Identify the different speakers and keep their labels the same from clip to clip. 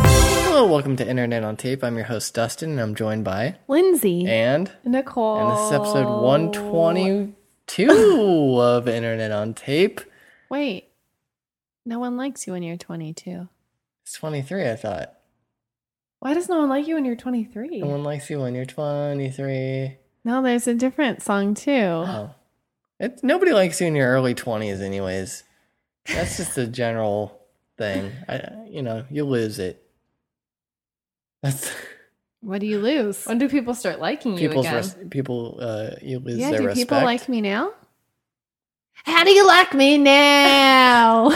Speaker 1: Hello, welcome to Internet on Tape. I'm your host, Dustin, and I'm joined by
Speaker 2: Lindsay.
Speaker 1: and
Speaker 2: Nicole.
Speaker 1: and this is
Speaker 2: Oh.
Speaker 1: episode 122 of Internet on Tape.
Speaker 2: Wait. No one likes you when you're 22.
Speaker 1: It's 23, I thought.
Speaker 2: Why does no one like you when you're 23?
Speaker 1: No one likes you when you're 23.
Speaker 2: No, there's a different song too.
Speaker 1: Oh, it, nobody likes you in your early 20s, anyways. That's just a general thing. I, you know, you lose it. That's
Speaker 2: What do you lose? When do people start liking you
Speaker 1: people's
Speaker 2: again?
Speaker 1: res- people. Uh, you lose
Speaker 2: yeah,
Speaker 1: their
Speaker 2: do
Speaker 1: respect.
Speaker 2: people like me now? How do you like me now?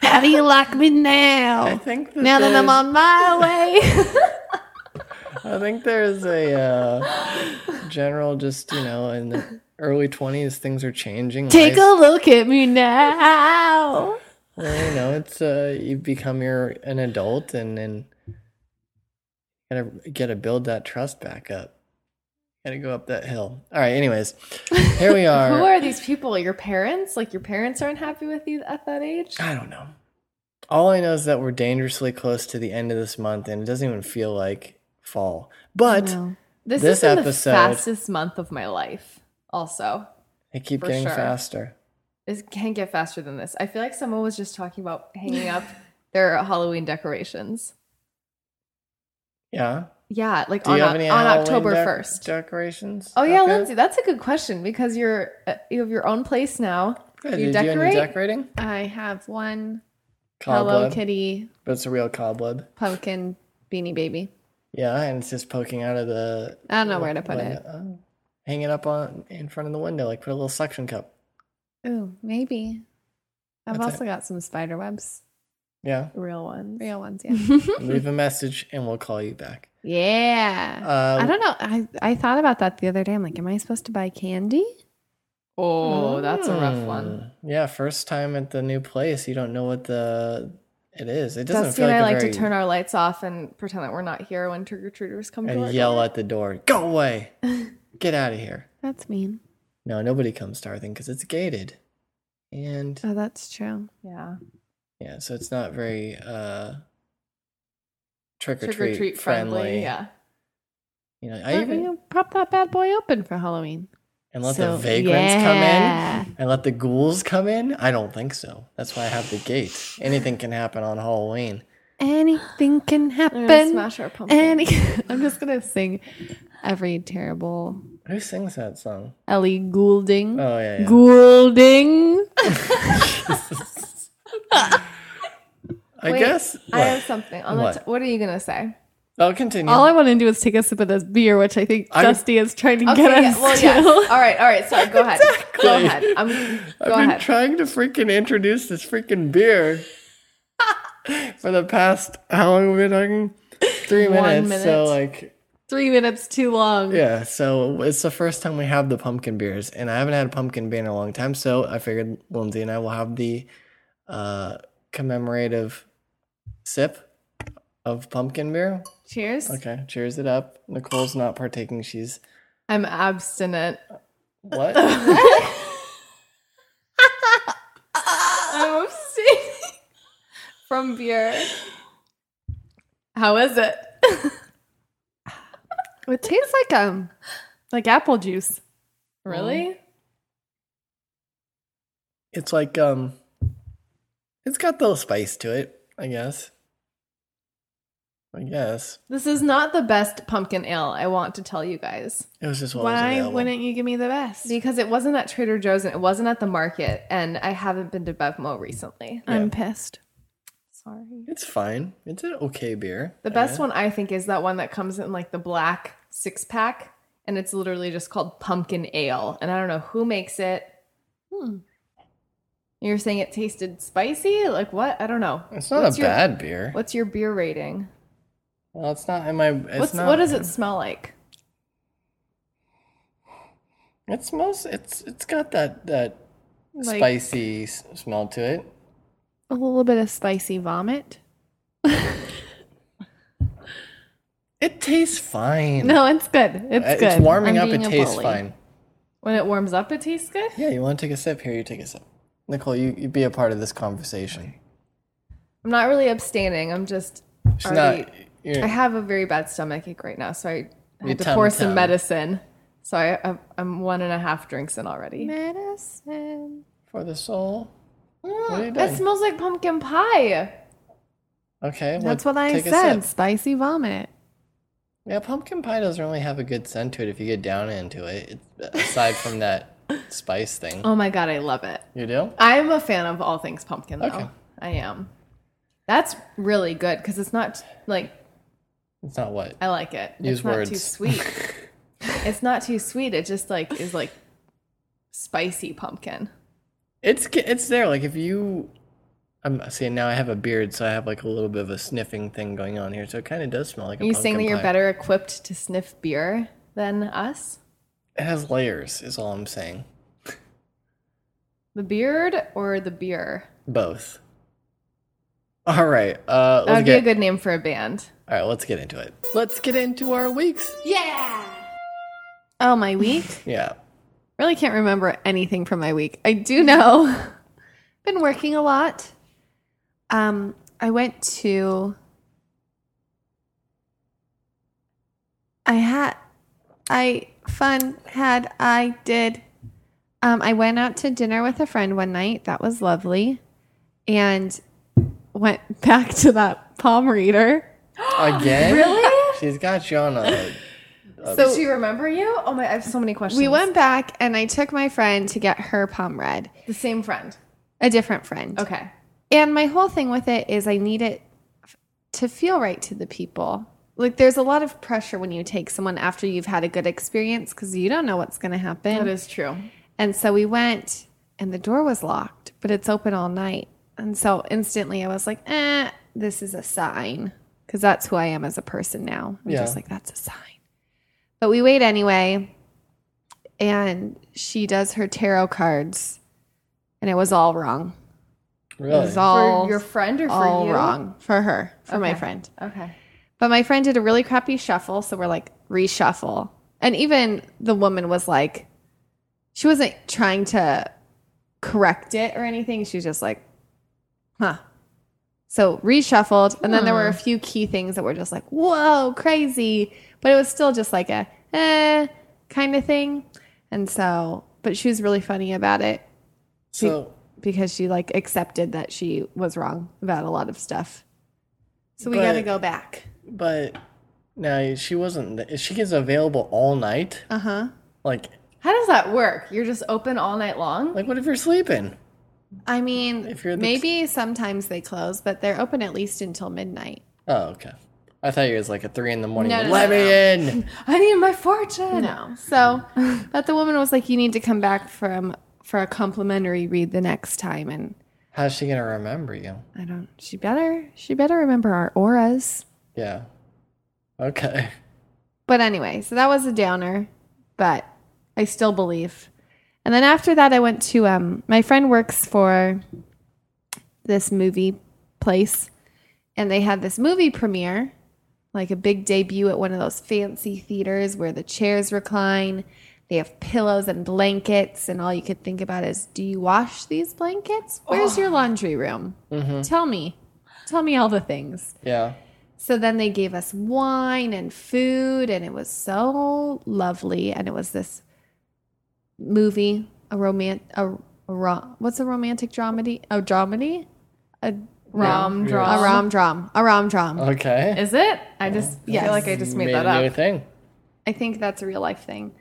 Speaker 2: How do you like me
Speaker 1: I
Speaker 2: now?
Speaker 1: think that
Speaker 2: Now that I'm
Speaker 1: there's-
Speaker 2: on my way.
Speaker 1: I think there's a uh, general, just you know, in the early twenties, things are changing.
Speaker 2: Take a
Speaker 1: Life-
Speaker 2: look at me now.
Speaker 1: well, you know, it's uh, you become your an adult, and and gotta gotta build that trust back up. Gotta go up that hill. All right. Anyways, here we are.
Speaker 2: Who are these people? Your parents? Like your parents aren't happy with you at that age?
Speaker 1: I don't know. All I know is that we're dangerously close to the end of this month, and it doesn't even feel like fall. But
Speaker 2: No. this,
Speaker 1: this
Speaker 2: is been
Speaker 1: episode-
Speaker 2: the fastest month of my life. Also,
Speaker 1: they keep
Speaker 2: For
Speaker 1: getting
Speaker 2: sure.
Speaker 1: faster.
Speaker 2: it can't get faster than this. I feel like someone was just talking about hanging up their Halloween decorations.
Speaker 1: Yeah.
Speaker 2: Yeah, like
Speaker 1: Do you
Speaker 2: on,
Speaker 1: have
Speaker 2: Oc-
Speaker 1: any
Speaker 2: on
Speaker 1: Halloween
Speaker 2: October
Speaker 1: dec-
Speaker 2: first.
Speaker 1: decorations?
Speaker 2: Oh yeah,
Speaker 1: Okay.
Speaker 2: Lindsay, that's a good question because you're uh, you have your own place now.
Speaker 1: Good. Did you
Speaker 2: You
Speaker 1: do
Speaker 2: decorate?
Speaker 1: any decorating?
Speaker 2: I have one Hello
Speaker 1: Cobweb,
Speaker 2: Kitty
Speaker 1: but it's a real cobweb.
Speaker 2: pumpkin beanie baby.
Speaker 1: Yeah, and it's just poking out of the.
Speaker 2: I don't know where to put
Speaker 1: window.
Speaker 2: it.
Speaker 1: Oh. Hang it up on in front of the window, like put a little suction cup.
Speaker 2: Ooh, maybe. I've
Speaker 1: That's
Speaker 2: also got some spider webs,
Speaker 1: Yeah,
Speaker 2: real ones, real ones. Yeah,
Speaker 1: leave a message and we'll call you back.
Speaker 2: yeah.
Speaker 1: Um,
Speaker 2: I don't know. I, I thought about that the other day. I'm like, am I supposed to buy candy? Oh, that's a rough one.
Speaker 1: hmm. Yeah, first time at the new place, you don't know what the it is. It doesn't
Speaker 2: Dusty
Speaker 1: feel
Speaker 2: and
Speaker 1: like
Speaker 2: I
Speaker 1: a
Speaker 2: like
Speaker 1: very,
Speaker 2: to turn our lights off and pretend that we're not here when trick or treaters come to our
Speaker 1: and yell
Speaker 2: door.
Speaker 1: at the door. Go away! Get out of here!
Speaker 2: That's mean.
Speaker 1: No, nobody comes to our thing because it's gated, and
Speaker 2: Oh, that's true. Yeah.
Speaker 1: Yeah, so it's not very uh trick or
Speaker 2: Trick or
Speaker 1: treat,
Speaker 2: treat
Speaker 1: friendly.
Speaker 2: friendly. Yeah.
Speaker 1: You know,
Speaker 2: Why
Speaker 1: I
Speaker 2: don't
Speaker 1: even
Speaker 2: you pop that bad boy open for Halloween.
Speaker 1: and let
Speaker 2: So,
Speaker 1: the vagrants
Speaker 2: yeah.
Speaker 1: come in and let the ghouls come in? I don't think so. That's why I have the gate. Anything can happen on Halloween.
Speaker 2: Anything can
Speaker 3: I'm gonna
Speaker 2: happen.
Speaker 3: smash our pumpkin.
Speaker 2: Any- I'm just gonna sing every terrible
Speaker 1: Who sings that song?
Speaker 2: Ellie Goulding.
Speaker 1: Oh yeah. yeah.
Speaker 2: Goulding.
Speaker 1: I
Speaker 3: Wait,
Speaker 1: guess
Speaker 3: I
Speaker 1: what?
Speaker 3: have something. On
Speaker 1: What?
Speaker 3: The t- what are you gonna say?
Speaker 1: I'll continue.
Speaker 2: All I want to do is take a sip of this beer, which I think
Speaker 1: I-
Speaker 2: Dusty is trying to
Speaker 3: Okay,
Speaker 2: get
Speaker 3: yeah,
Speaker 2: us
Speaker 3: well,
Speaker 2: to.
Speaker 3: yes. All right, all right. Sorry. Go ahead. Go ahead. I'm.
Speaker 1: I've
Speaker 3: Go
Speaker 1: been
Speaker 3: ahead.
Speaker 1: trying to freaking introduce this freaking beer for the past how long have we been talking? Three
Speaker 2: One
Speaker 1: minutes. So
Speaker 2: minute.
Speaker 1: like
Speaker 2: Three minutes too long.
Speaker 1: Yeah, so it's the first time we have the pumpkin beers, and I haven't had a pumpkin beer in a long time, so I figured Lindsay and I will have the uh, commemorative sip of pumpkin beer.
Speaker 2: Cheers.
Speaker 1: Okay, cheers it up. Nicole's not partaking. She's
Speaker 2: I'm abstinent.
Speaker 1: what?
Speaker 3: I'm abstaining from beer.
Speaker 2: How is it? it tastes like um, like apple juice. Mm.
Speaker 3: Really?
Speaker 1: it's like um, it's got a little spice to it, I guess. I guess
Speaker 2: This is not the best pumpkin ale. I want to tell you guys
Speaker 1: it was just what was
Speaker 2: why
Speaker 1: available.
Speaker 2: wouldn't you give me the best?
Speaker 3: Because it wasn't at Trader Joe's and it wasn't at the market, and I haven't been to Bevmo recently.
Speaker 2: I'm pissed.
Speaker 3: Sorry.
Speaker 1: It's fine. It's an okay beer.
Speaker 3: The best one I think is that one that comes in like the black six pack, and it's literally just called pumpkin ale. And I don't know who makes it.
Speaker 2: Hmm.
Speaker 3: You're saying it tasted spicy? Like what? I don't know.
Speaker 1: It's not
Speaker 3: What's
Speaker 1: a
Speaker 3: your-
Speaker 1: bad beer.
Speaker 3: What's your beer rating?
Speaker 1: Well, it's not in my. It's
Speaker 3: What's
Speaker 1: not,
Speaker 3: what does it smell like?
Speaker 1: It's most. It's it's got that that
Speaker 3: Like-
Speaker 1: spicy s- smell to it.
Speaker 2: A little bit of spicy vomit.
Speaker 1: It tastes fine.
Speaker 2: No, it's good. It's
Speaker 1: Uh,
Speaker 2: good.
Speaker 1: it's warming
Speaker 3: I'm
Speaker 1: up. It
Speaker 3: being a
Speaker 1: tastes
Speaker 3: bully.
Speaker 1: fine.
Speaker 3: When it warms up, it tastes good.
Speaker 1: Yeah, you want to take a sip? Here, you take a sip. Nicole, you, you be a part of this conversation.
Speaker 3: I'm not really abstaining. I'm just
Speaker 1: She's
Speaker 3: already.
Speaker 1: not. You're,
Speaker 3: I have a very bad stomach ache right now, so I
Speaker 1: Your
Speaker 3: had to pour
Speaker 1: tum-tum.
Speaker 3: some medicine. So I, I, I'm one and a half drinks in already.
Speaker 2: Medicine.
Speaker 1: for the soul. What are you
Speaker 3: That
Speaker 1: doing?
Speaker 3: smells like pumpkin pie.
Speaker 1: Okay, well,
Speaker 2: That's what I
Speaker 1: take a
Speaker 2: said.
Speaker 1: sip.
Speaker 2: Spicy vomit.
Speaker 1: Yeah, pumpkin pie doesn't really have a good scent to it if you get down into it. it aside from that spice thing,
Speaker 3: Oh my god, I love it.
Speaker 1: you do.
Speaker 3: I'm a fan of all things pumpkin, though.
Speaker 1: Okay.
Speaker 3: I am. That's really good because it's not like
Speaker 1: It's not what.
Speaker 3: I like it.
Speaker 1: Use
Speaker 3: it's not too
Speaker 1: words.
Speaker 3: sweet. it's not too sweet. It just like is like spicy pumpkin.
Speaker 1: It's ca- it's there. Like if you, I'm seeing now. I have a beard, so I have like a little bit of a sniffing thing going on here. So it kind of does smell like.
Speaker 3: Are
Speaker 1: a
Speaker 3: you
Speaker 1: pumpkin
Speaker 3: saying that you're
Speaker 1: pie.
Speaker 3: better equipped to sniff beer than us?
Speaker 1: It has layers. Is all I'm saying.
Speaker 3: The beard or the beer?
Speaker 1: Both. All right. Uh,
Speaker 3: That
Speaker 1: let's
Speaker 3: would be a
Speaker 1: get.
Speaker 3: good name for a band.
Speaker 1: all right. Let's get into it. Let's get into our weeks.
Speaker 2: Oh, my week?
Speaker 1: Yeah.
Speaker 2: really can't remember anything from my week. I do know. Been working a lot. Um, I went to I had I fun had I did um I went out to dinner with a friend one night. That was lovely. And went back to that palm reader.
Speaker 1: Again. really? She's got you on a.
Speaker 3: Does she remember you? Oh my, I have so many questions.
Speaker 2: We went back and I took my friend to get her palm read.
Speaker 3: the same friend.
Speaker 2: A different friend.
Speaker 3: Okay.
Speaker 2: And my whole thing with it is I need it f- to feel right to the people. Like there's a lot of pressure when you take someone after you've had a good experience because you don't know what's going to
Speaker 3: That
Speaker 2: happen.
Speaker 3: is true.
Speaker 2: and so we went and the door was locked, but it's open all night. And so instantly I was like, eh, this is a sign because that's who I am as a person now. I'm
Speaker 1: Yeah.
Speaker 2: just like, that's a sign. But we wait anyway. And she does her tarot cards and it was all wrong. It
Speaker 1: Really.
Speaker 2: was all
Speaker 3: for your friend or for
Speaker 2: all
Speaker 3: you?
Speaker 2: wrong for her, for my
Speaker 3: Okay.
Speaker 2: friend.
Speaker 3: Okay.
Speaker 2: But my friend did a really crappy shuffle, so we're like reshuffle. And even the woman was like, she wasn't trying to correct it or anything. She was just like, huh. So reshuffled, and then there were a few key things that were just like, whoa, crazy. But it was still just like a eh kind of thing. And so, but she was really funny about it
Speaker 1: so
Speaker 2: because she like accepted that she was wrong about a lot of stuff. So we
Speaker 1: But-
Speaker 2: got to go back.
Speaker 1: But now she wasn't. She gets available all night.
Speaker 2: Uh huh.
Speaker 1: Like,
Speaker 3: How does that work? You're just open all night long?
Speaker 1: like what if you're sleeping?
Speaker 2: I mean,
Speaker 1: If you're the-
Speaker 2: maybe sometimes they close, but they're open at least until midnight.
Speaker 1: Oh, okay. I thought you was like at three in the morning.
Speaker 3: No, no,
Speaker 1: Let
Speaker 3: no,
Speaker 1: me in.
Speaker 3: I need my fortune.
Speaker 2: No. So, but the woman was like, "You need to come back from for a complimentary read the next time." And
Speaker 1: How's she gonna remember you?
Speaker 2: I don't. She better. She better remember our auras.
Speaker 1: Yeah. Okay.
Speaker 2: But anyway, so that was a downer, but I still believe. And then after that, I went to um, my friend works for this movie place, and they had this movie premiere, like a big debut at one of those fancy theaters where the chairs recline. They have pillows and blankets, and all you could think about is, do you wash these blankets? Where's your laundry room? Tell me. Tell me all the things.
Speaker 1: Yeah.
Speaker 2: So then they gave us wine and food, and it was so lovely. And it was this movie, a romant, a, a rom, what's a romantic dramedy? A dramedy, a
Speaker 3: Rom
Speaker 1: Yeah.
Speaker 3: drum.
Speaker 2: a rom dram, a rom dram.
Speaker 1: Okay.
Speaker 3: Is it? I just
Speaker 2: Yes.
Speaker 3: feel like I just made,
Speaker 1: Made
Speaker 3: that
Speaker 1: a new
Speaker 3: up.
Speaker 1: thing.
Speaker 2: I think that's a real life thing.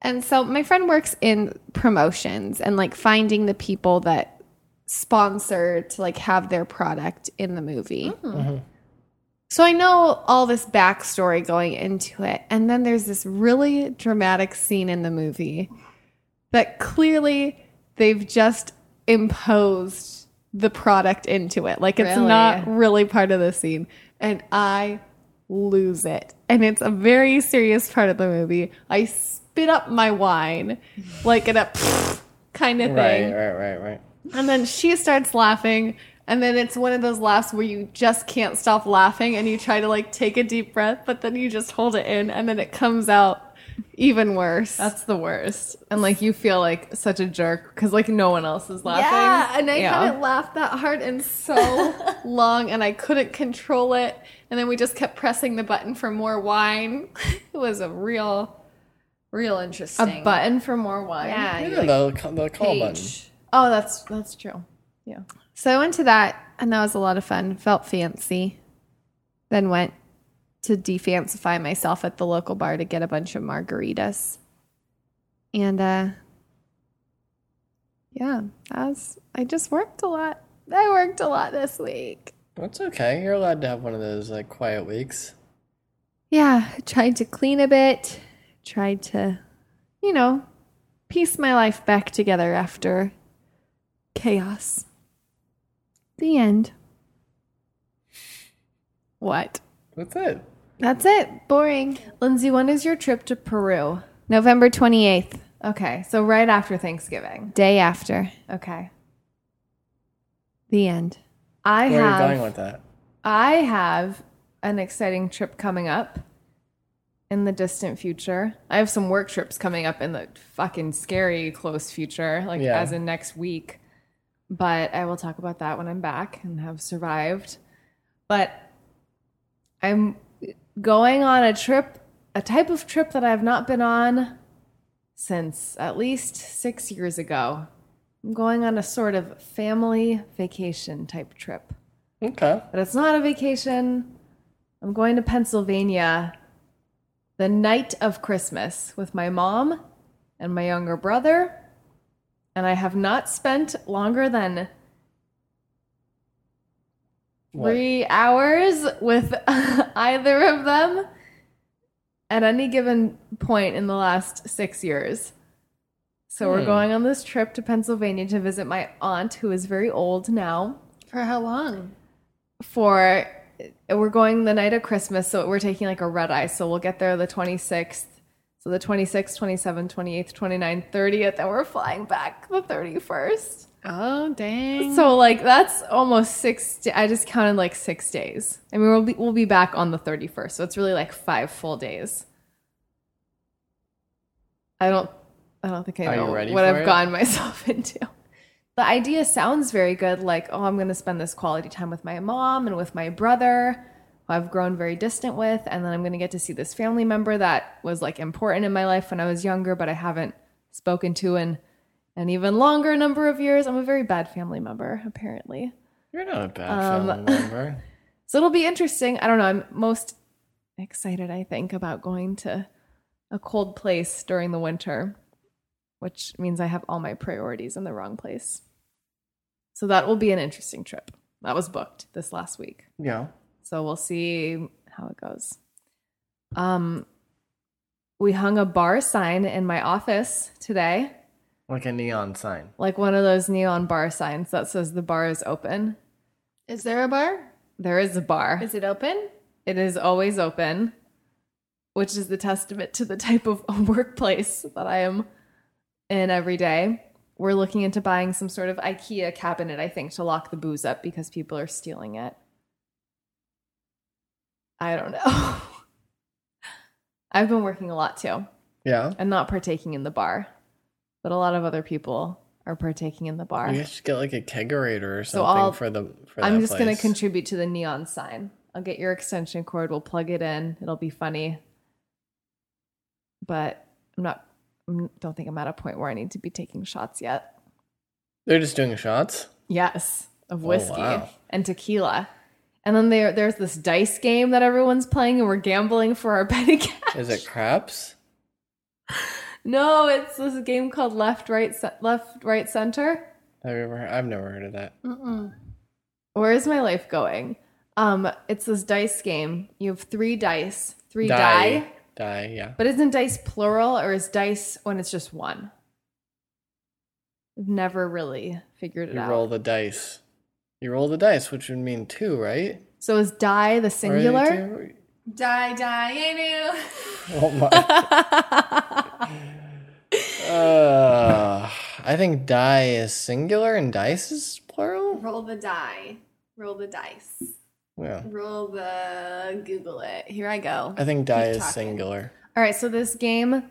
Speaker 2: And so my friend works in promotions and like finding the people that sponsor to like have their product in the movie. So I know all this backstory going into it. And then there's this really dramatic scene in the movie that clearly they've just imposed the product into it. Like it's
Speaker 3: Really?
Speaker 2: not really part of the scene. And I lose it. And it's a very serious part of the movie. I spit up my wine like in a kind of
Speaker 1: Right.
Speaker 2: thing.
Speaker 1: Right. Right. Right.
Speaker 2: And then she starts laughing. And then it's one of those laughs where you just can't stop laughing and you try to like take a deep breath, but then you just hold it in and then it comes out even worse.
Speaker 3: That's the worst. And like you feel like such a jerk because like no one else is laughing.
Speaker 2: Yeah, and I
Speaker 3: Yeah.
Speaker 2: haven't laughed that hard in so long, and I couldn't control it. And then we just kept pressing the button for more wine. It was a real, real interesting.
Speaker 3: a button for more wine.
Speaker 2: yeah. you,
Speaker 1: Yeah,
Speaker 2: like,
Speaker 1: the, ca- the call button.
Speaker 2: page.
Speaker 3: Oh, that's that's true. Yeah.
Speaker 2: So I went to that, and that was a lot of fun. Felt fancy. Then went to defancify myself at the local bar to get a bunch of margaritas. And uh yeah, that was, I just worked a lot. I worked a lot this week.
Speaker 1: That's okay. You're allowed to have one of those like quiet weeks.
Speaker 2: Yeah, tried to clean a bit, tried to, you know, piece my life back together after chaos. The end. What?
Speaker 1: That's it.
Speaker 2: That's it. Boring.
Speaker 3: Lindsay, when is your trip to Peru?
Speaker 2: November 28th,
Speaker 3: Okay, so right after Thanksgiving.
Speaker 2: day after.
Speaker 3: Okay.
Speaker 2: The end.
Speaker 3: I
Speaker 1: Where are you going
Speaker 3: have
Speaker 1: with that?
Speaker 3: I have an exciting trip coming up in the distant future. I have some work trips coming up in the fucking scary close future, like
Speaker 1: Yeah.
Speaker 3: as in next week. But I will talk about that when I'm back and have survived. But I'm going on a trip, a type of trip that I've not been on since at least six years ago. I'm going on a sort of family vacation type trip
Speaker 1: Okay.
Speaker 3: but it's not a vacation. I'm going to Pennsylvania the night of Christmas with my mom and my younger brother. And I have not spent longer than
Speaker 1: What?
Speaker 3: three hours with either of them at any given point in the last six years. So we're
Speaker 1: Hmm.
Speaker 3: going on this trip to Pennsylvania to visit my aunt, who is very old now
Speaker 2: For how long?
Speaker 3: for we're going the night of Christmas, so we're taking like a red eye. So we'll get there the 26th. So the 26th, 27th, 28th, 29th, 30th, and we're flying back the 31st.
Speaker 2: Oh, dang.
Speaker 3: So like that's almost six. da- I just counted like six days. I mean, we'll be we'll be back on the 31st, so it's really like five full days. I don't I don't think I
Speaker 1: Are you
Speaker 3: know
Speaker 1: ready
Speaker 3: what
Speaker 1: for
Speaker 3: I've
Speaker 1: it?
Speaker 3: gotten myself into. The idea sounds very good. Like, oh, I'm going to spend this quality time with my mom and with my brother, who I've grown very distant with, and then I'm going to get to see this family member that was like important in my life when I was younger, but I haven't spoken to in an even longer number of years. I'm a very bad family member, apparently.
Speaker 1: You're not a bad
Speaker 3: Um,
Speaker 1: family member.
Speaker 3: So it'll be interesting. I don't know. I'm most excited, I think, about going to a cold place during the winter, which means I have all my priorities in the wrong place. So that will be an interesting trip. That was booked this last week.
Speaker 1: Yeah.
Speaker 3: So we'll see how it goes. Um, we hung a bar sign in my office today,
Speaker 1: Like a neon sign.
Speaker 3: like one of those neon bar signs that says the bar is open.
Speaker 2: Is there a bar?
Speaker 3: There is a bar.
Speaker 2: Is it open?
Speaker 3: It is always open, which is the testament to the type of workplace that I am in every day. We're looking into buying some sort of IKEA cabinet, I think, to lock the booze up because people are stealing it. I don't know. I've been working a lot too
Speaker 1: Yeah.
Speaker 3: and not partaking in the bar, but a lot of other people are partaking in the bar.
Speaker 1: You guys should get like a kegerator or
Speaker 3: So
Speaker 1: something
Speaker 3: I'll-
Speaker 1: for the for
Speaker 3: I'm
Speaker 1: that
Speaker 3: just going
Speaker 1: place.
Speaker 3: to contribute to the neon sign. I'll get your extension cord. We'll plug it in. It'll be funny. But I'm not. I don't think I'm at a point where I need to be taking shots yet.
Speaker 1: They're just doing shots.
Speaker 3: Yes, of whiskey
Speaker 1: Oh, wow.
Speaker 3: and tequila. And then there, there's this dice game that everyone's playing, and we're gambling for our petty cash.
Speaker 1: Is it craps?
Speaker 3: No, it's this game called left, right, ce- left, right, center.
Speaker 1: Have you ever? I've never heard of that.
Speaker 2: Mm-mm.
Speaker 3: Where is my life going? Um, it's this dice game. You have three dice, three die.
Speaker 1: die. Die, Yeah.
Speaker 3: But isn't dice plural or is dice when it's just one? I've never really figured it
Speaker 1: You
Speaker 3: out.
Speaker 1: roll the dice. You roll the dice, which would mean two, right?
Speaker 3: So is die the
Speaker 1: Or you
Speaker 3: singular?
Speaker 1: do-
Speaker 2: Die, die, you.
Speaker 1: Oh my. uh, I think die is singular and dice is plural.
Speaker 2: Roll the die. Roll the dice.
Speaker 1: Yeah.
Speaker 2: Roll the Google it. Here I go.
Speaker 1: I think die
Speaker 2: Keep
Speaker 1: is
Speaker 2: talking.
Speaker 1: singular.
Speaker 3: All right, so this game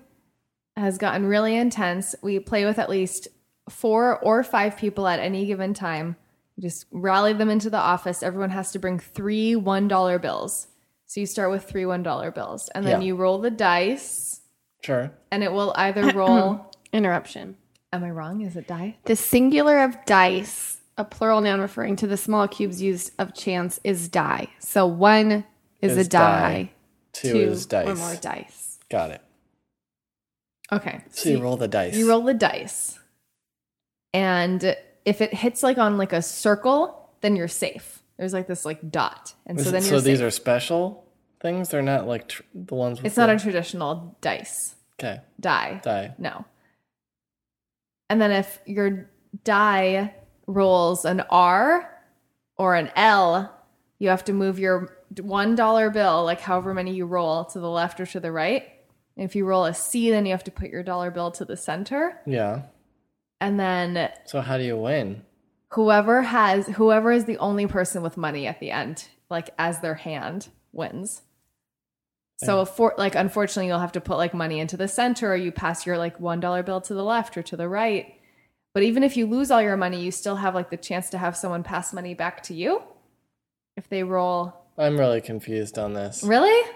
Speaker 3: has gotten really intense. We play with at least four or five people at any given time. You just rally them into the office. Everyone has to bring three $1 bills. So you start with three $1 bills and then
Speaker 1: Yeah.
Speaker 3: you roll the dice
Speaker 1: Sure.
Speaker 3: and it will either roll.
Speaker 2: Interruption.
Speaker 3: am I wrong? Is it die?
Speaker 2: The singular of dice, a plural noun referring to the small cubes used of chance, is die. So one is,
Speaker 1: Is
Speaker 2: a
Speaker 1: die.
Speaker 2: die,
Speaker 1: Two,
Speaker 2: two
Speaker 1: is dice.
Speaker 2: or more dice.
Speaker 1: Got it.
Speaker 3: Okay.
Speaker 1: So you roll the dice.
Speaker 3: You roll the dice. And if it hits like on like a circle, then you're safe. There's like this like dot. And so
Speaker 1: Is-
Speaker 3: then you're
Speaker 1: these
Speaker 3: safe.
Speaker 1: are special things. They're not like tr- the ones. With
Speaker 3: it's not
Speaker 1: the-
Speaker 3: a traditional dice
Speaker 1: okay.
Speaker 3: die.
Speaker 1: Die.
Speaker 3: No. And then if your die rolls an R or an L, you have to move your $1 bill, like however many you roll, to the left or to the right. And if you roll a C, then you have to put your dollar bill to the center.
Speaker 1: Yeah.
Speaker 3: And then
Speaker 1: So how do you win?
Speaker 3: whoever has whoever is the only person with money at the end like as their hand wins so for like unfortunately you'll have to put like money into the center or you pass your like one dollar bill to the left or to the right but even if you lose all your money you still have like the chance to have someone pass money back to you if they roll
Speaker 1: I'm really confused on this.
Speaker 3: really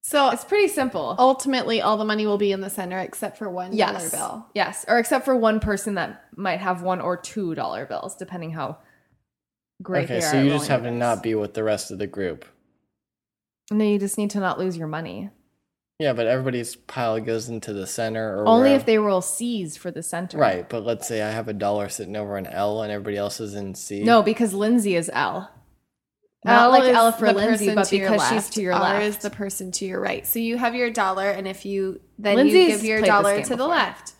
Speaker 2: So
Speaker 3: it's pretty simple
Speaker 2: ultimately, all the money will be in the center except for one dollar
Speaker 3: yes
Speaker 2: bill.
Speaker 3: yes or except for one person that might have one or two dollar bills depending how great
Speaker 1: okay,
Speaker 3: they are
Speaker 1: so
Speaker 3: at
Speaker 1: you just
Speaker 3: rolling
Speaker 1: have
Speaker 3: dice.
Speaker 1: to not be with the rest of the group.
Speaker 3: No, you just need to not lose your money.
Speaker 1: Yeah, but everybody's pile goes into the center or
Speaker 3: Only
Speaker 1: wherever-
Speaker 3: if they roll C's for the center.
Speaker 1: Right, but let's say I have a dollar sitting over an L and everybody else is in C.
Speaker 3: No, because Lindsay is L. Not like
Speaker 2: is
Speaker 3: L for
Speaker 2: the
Speaker 3: Lindsay,
Speaker 2: person
Speaker 3: but
Speaker 2: to your
Speaker 3: because she's
Speaker 2: left,
Speaker 3: to your
Speaker 2: R
Speaker 3: left.
Speaker 2: is the person to your right. So you have your dollar, and if you then you
Speaker 3: Lindsay's
Speaker 2: give your
Speaker 3: played this
Speaker 2: dollar
Speaker 3: game
Speaker 2: to the
Speaker 3: before.
Speaker 2: left,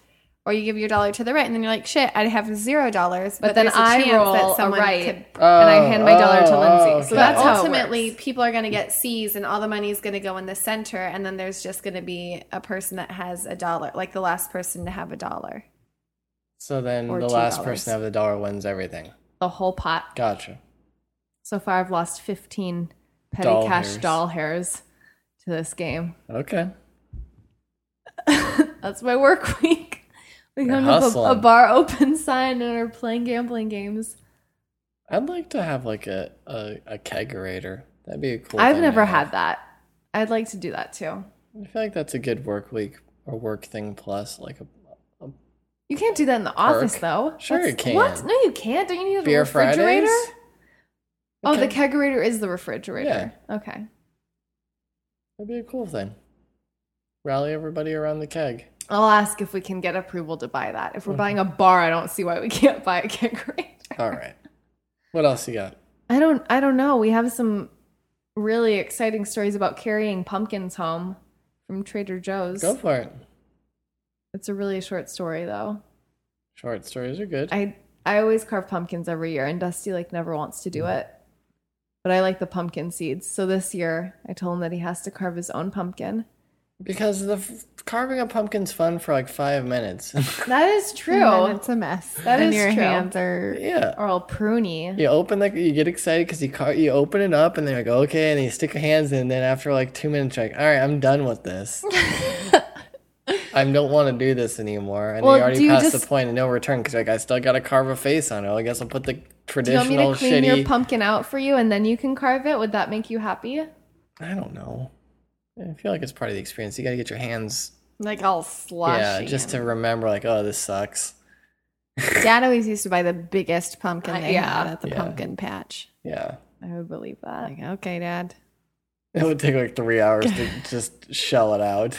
Speaker 2: or you give your dollar to the right, and then you're like, shit, I have zero dollars.
Speaker 3: But then
Speaker 2: there's a
Speaker 3: I
Speaker 2: chance
Speaker 3: roll
Speaker 2: that
Speaker 3: a
Speaker 2: someone
Speaker 3: right.
Speaker 2: could-
Speaker 3: and I
Speaker 1: Oh,
Speaker 3: hand my dollar to Lindsay. So
Speaker 2: but
Speaker 3: that's how it
Speaker 2: ultimately,
Speaker 3: works.
Speaker 2: people are going to get C's, and all the money is going to go in the center, and then there's just going to be a person that has a dollar, like the last person to have a dollar.
Speaker 1: So then
Speaker 2: or
Speaker 1: the
Speaker 2: $2.
Speaker 1: last person to have the dollar wins everything.
Speaker 3: the whole pot.
Speaker 1: Gotcha.
Speaker 3: So far, I've lost 15 petty
Speaker 1: Doll
Speaker 3: cash
Speaker 1: hairs.
Speaker 3: doll hairs to this game.
Speaker 1: Okay.
Speaker 3: That's my work week. We
Speaker 1: You're
Speaker 3: hung up a, a
Speaker 1: hustling.
Speaker 3: bar open sign and are playing gambling games.
Speaker 1: I'd like to have like a, a, a kegerator. That'd be a cool
Speaker 3: I've
Speaker 1: thing to
Speaker 3: never
Speaker 1: have.
Speaker 3: had that. I'd like to do that too.
Speaker 1: I feel like that's a good work week or work thing plus like a
Speaker 3: You can't do that in the office,
Speaker 1: Perk.
Speaker 3: though.
Speaker 1: Sure you can.
Speaker 3: What? No, you can't. Don't you need a
Speaker 1: beer
Speaker 3: refrigerator?
Speaker 1: Fridays.
Speaker 3: Oh, the
Speaker 1: Okay.
Speaker 3: kegerator is the refrigerator. Okay.
Speaker 1: That'd be a cool thing. Rally everybody around the keg.
Speaker 3: I'll ask if we can get approval to buy that. If we're buying a bar, I don't see why we can't buy a kegerator.
Speaker 1: All right. What else you got?
Speaker 3: I don't I don't know. We have some really exciting stories about carrying pumpkins home from Trader Joe's.
Speaker 1: Go for it.
Speaker 3: It's a really short story though.
Speaker 1: Short stories are good.
Speaker 3: I I always carve pumpkins every year and Dusty like never wants to do it. But I like the pumpkin seeds. So this year I told him that he has to carve his own pumpkin.
Speaker 1: because the f- carving a pumpkin's fun for like five minutes.
Speaker 3: That is
Speaker 2: And then
Speaker 3: true.
Speaker 2: it's a mess.
Speaker 3: That
Speaker 2: and
Speaker 3: is
Speaker 2: your
Speaker 3: true.
Speaker 2: hands are
Speaker 1: yeah.
Speaker 3: Or all pruny.
Speaker 1: You open the, you get excited because you car, you open it up and they're like okay, and you stick your hands in. And then after like two minutes, you're like, all right, I'm done with this. I don't want to do this anymore. And
Speaker 3: Well,
Speaker 1: you
Speaker 3: do
Speaker 1: already
Speaker 3: you
Speaker 1: passed
Speaker 3: just-
Speaker 1: the point of no return because like I still got to carve a face on it. I guess I'll put the
Speaker 3: Do you want me to
Speaker 1: traditional
Speaker 3: clean your
Speaker 1: shitty.
Speaker 3: pumpkin out for you and then you can carve it? Would that make you happy?
Speaker 1: I don't know. I feel like it's part of the experience. You got to get your hands,
Speaker 2: like all sloshy.
Speaker 1: yeah, just to remember like, oh, this sucks.
Speaker 2: Dad always used to buy the biggest pumpkin
Speaker 3: Uh,
Speaker 2: they
Speaker 3: yeah.
Speaker 2: had at the
Speaker 1: Yeah.
Speaker 2: pumpkin patch.
Speaker 1: Yeah.
Speaker 3: I would believe that.
Speaker 2: Like, okay, Dad.
Speaker 1: It would take like three hours to just shell it out.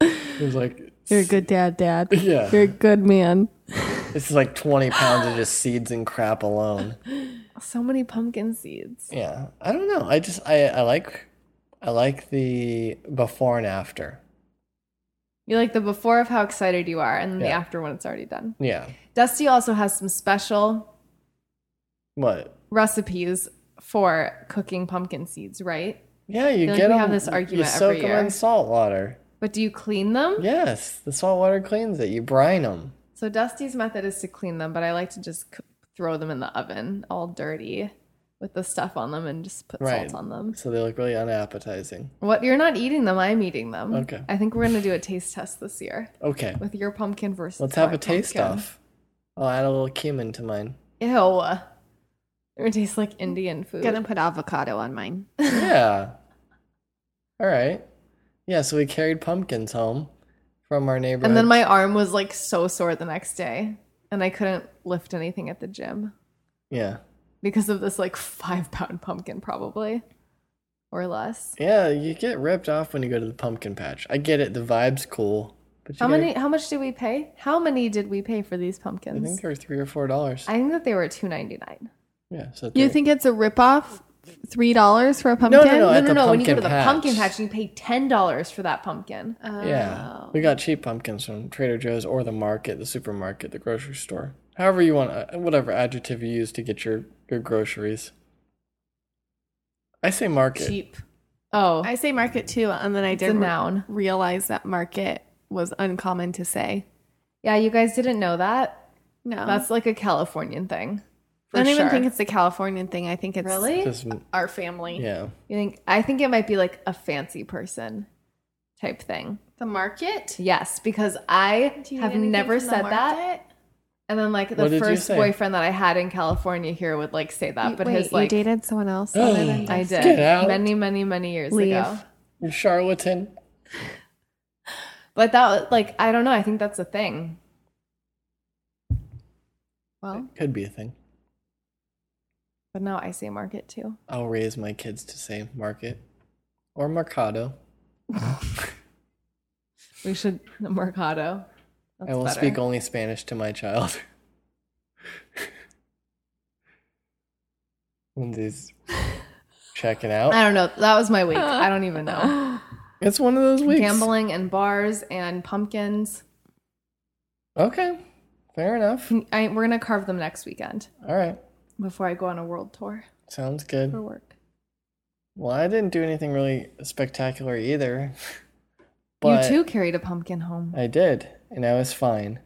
Speaker 1: It was like,
Speaker 2: good dad, Dad.
Speaker 1: yeah,
Speaker 2: a good man.
Speaker 1: it's like 20 pounds of just seeds and crap alone.
Speaker 3: So many pumpkin seeds.
Speaker 1: Yeah, I don't know. I just, I, I like, I like the before and after.
Speaker 3: You like the before of how excited you are and then the
Speaker 1: Yeah.
Speaker 3: after when it's already done.
Speaker 1: Yeah.
Speaker 3: Dusty also has some special
Speaker 1: What?
Speaker 3: recipes for cooking pumpkin seeds, right?
Speaker 1: Yeah, you
Speaker 3: feel like
Speaker 1: get
Speaker 3: we
Speaker 1: them.
Speaker 3: have this
Speaker 1: you
Speaker 3: argument
Speaker 1: soak
Speaker 3: every
Speaker 1: them
Speaker 3: year.
Speaker 1: in salt water.
Speaker 3: But do you clean them?
Speaker 1: Yes, the salt water cleans it. You brine them.
Speaker 3: So Dusty's method is to clean them, but I like to just c- throw them in the oven all dirty. with the stuff on them and just put
Speaker 1: Right.
Speaker 3: salt on them.
Speaker 1: So they look really unappetizing.
Speaker 3: What you're not eating them, I'm eating them.
Speaker 1: Okay.
Speaker 3: I think we're gonna do a taste test this year
Speaker 1: Okay.
Speaker 3: with your pumpkin versus.
Speaker 1: Let's have
Speaker 3: my
Speaker 1: a taste
Speaker 3: pumpkin.
Speaker 1: off. I'll add a little cumin to mine.
Speaker 3: Ew. It tastes like Indian food.
Speaker 2: Gonna put avocado on mine.
Speaker 1: Yeah. All right. Yeah, so we carried pumpkins home from our neighborhood.
Speaker 3: And then my arm was like so sore the next day, and I couldn't lift anything at the gym
Speaker 1: Yeah.
Speaker 3: because of this like five pound pumpkin, probably or less.
Speaker 1: Yeah, you get ripped off when you go to the pumpkin patch. I get it, the vibe's cool. But you
Speaker 3: How
Speaker 1: gotta-
Speaker 3: many? How much did we pay? How many did we pay for these
Speaker 1: I
Speaker 3: pumpkins?
Speaker 1: think they're three or four dollars.
Speaker 3: I think that they were two ninety nine.
Speaker 1: Yeah, so
Speaker 2: You
Speaker 1: they're-
Speaker 2: think it's a ripoff? Three dollars for a pumpkin?
Speaker 1: no,
Speaker 3: No,
Speaker 1: At
Speaker 3: no,
Speaker 1: the
Speaker 3: no. When you go
Speaker 1: pumpkin
Speaker 3: to the
Speaker 1: patch.
Speaker 3: pumpkin patch, you pay ten dollars for that pumpkin.
Speaker 2: Uh,
Speaker 3: Oh.
Speaker 1: Yeah. We got cheap pumpkins from Trader Joe's or the market, the supermarket, the grocery store. However you want, uh, whatever adjective you use to get your, your groceries. I say market.
Speaker 3: Cheap. Oh,
Speaker 2: I say market too, and then I
Speaker 3: it's a
Speaker 2: didn't
Speaker 3: noun.
Speaker 2: realize that market was uncommon to say.
Speaker 3: Yeah, you guys didn't know that.
Speaker 2: No,
Speaker 3: That's like a Californian thing.
Speaker 2: I don't even
Speaker 3: sure.
Speaker 2: think it's a Californian thing. I think it's
Speaker 3: really.
Speaker 1: Just-
Speaker 2: our family.
Speaker 1: mm, yeah.
Speaker 3: You think? I think it might be like a fancy person type thing.
Speaker 2: The market.
Speaker 3: Yes, because I have never said that. And then like
Speaker 1: What did
Speaker 3: the
Speaker 1: you
Speaker 3: first
Speaker 1: say?
Speaker 3: boyfriend that I had in California here would like say that, but
Speaker 2: Wait,
Speaker 3: his like
Speaker 2: you dated someone else? other than
Speaker 3: I
Speaker 2: us?
Speaker 3: did
Speaker 1: Get out.
Speaker 3: many, many, many years
Speaker 2: Leave.
Speaker 3: ago.
Speaker 1: You charlatan.
Speaker 3: But that was like I don't know. I think that's a thing. Well,
Speaker 1: Could be a thing.
Speaker 3: but now I say market too.
Speaker 1: I'll raise my kids to say market or mercado.
Speaker 3: We should Mercado. That's
Speaker 1: I will
Speaker 3: better.
Speaker 1: speak only Spanish to my child. Lindsay's checking out.
Speaker 3: I don't know. That was my week. I don't even know.
Speaker 1: It's one of those weeks.
Speaker 3: Gambling and bars and pumpkins.
Speaker 1: Okay. Fair enough.
Speaker 3: I, we're gonna carve them next weekend
Speaker 1: All right.
Speaker 3: before I go on a world tour
Speaker 1: Sounds good.
Speaker 3: for work.
Speaker 1: Well, I didn't do anything really spectacular either.
Speaker 3: you too carried a pumpkin home.
Speaker 1: I did, and I was fine.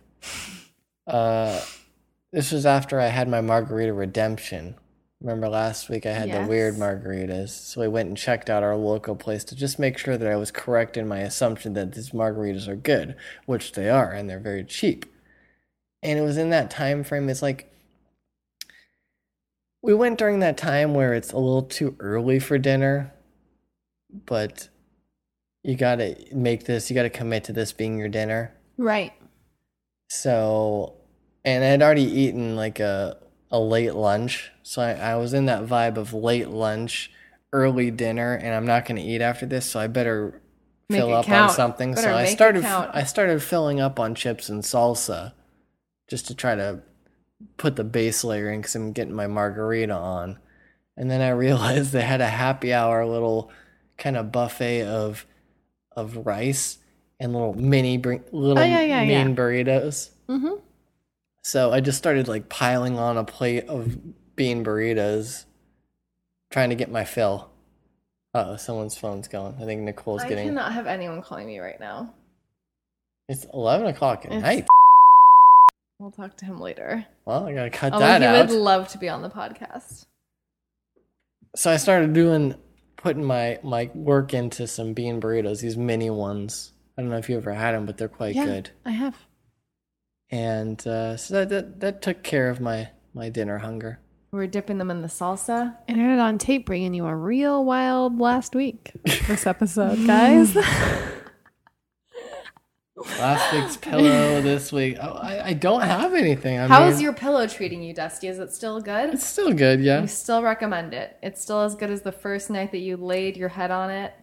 Speaker 1: Uh, this was after I had my margarita redemption. Remember last week I had the weird
Speaker 3: Yes.
Speaker 1: margaritas, so I went and checked out our local place to just make sure that I was correct in my assumption that these margaritas are good, which they are, and they're very cheap. And it was in that time frame. It's like we went during that time where it's a little too early for dinner, but you gotta make this. You gotta commit to this being your dinner.
Speaker 2: Right.
Speaker 1: So, and I'd already eaten like a a late lunch, so I, I was in that vibe of late lunch, early dinner, and I'm not gonna eat after this, so I better
Speaker 3: Make
Speaker 1: fill
Speaker 3: it
Speaker 1: up
Speaker 3: count.
Speaker 1: on something.
Speaker 3: Better
Speaker 1: so I
Speaker 3: make it
Speaker 1: started
Speaker 3: count.
Speaker 1: I started filling up on chips and salsa, just to try to put the base layer in because I'm getting my margarita on, and then I realized they had a happy hour little kind of buffet of of rice and little mini bur- little
Speaker 2: Oh, yeah, yeah,
Speaker 1: mean
Speaker 2: yeah.
Speaker 1: burritos.
Speaker 2: Mm-hmm.
Speaker 1: So I just started like piling on a plate of bean burritos, trying to get my fill. Uh oh, someone's phone's going. I think Nicole's
Speaker 3: I
Speaker 1: getting.
Speaker 3: cannot have anyone calling me right now.
Speaker 1: It's eleven o'clock at
Speaker 2: It's-
Speaker 1: night.
Speaker 3: We'll talk to him later.
Speaker 1: Well, I gotta cut
Speaker 2: Oh,
Speaker 3: Although
Speaker 1: that
Speaker 3: he
Speaker 1: out.
Speaker 3: would love to be on the podcast.
Speaker 1: so I started doing putting my my work into some bean burritos. These mini ones. I don't know if you ever had them, but they're quite
Speaker 2: yeah,
Speaker 1: good.
Speaker 2: I have.
Speaker 1: And uh, so that, that that took care of my my dinner hunger.
Speaker 3: We're dipping them in the salsa.
Speaker 2: I heard it on tape bringing you a real wild last week. This
Speaker 3: Mm.
Speaker 2: episode, guys.
Speaker 1: Last week's pillow. This week, oh, I, I don't have anything. I
Speaker 3: How's
Speaker 1: mean,
Speaker 3: your pillow treating you, Dusty? Is it still good?
Speaker 1: It's still good. Yeah.
Speaker 3: We still recommend it. It's still as good as the first night that you laid your head on it.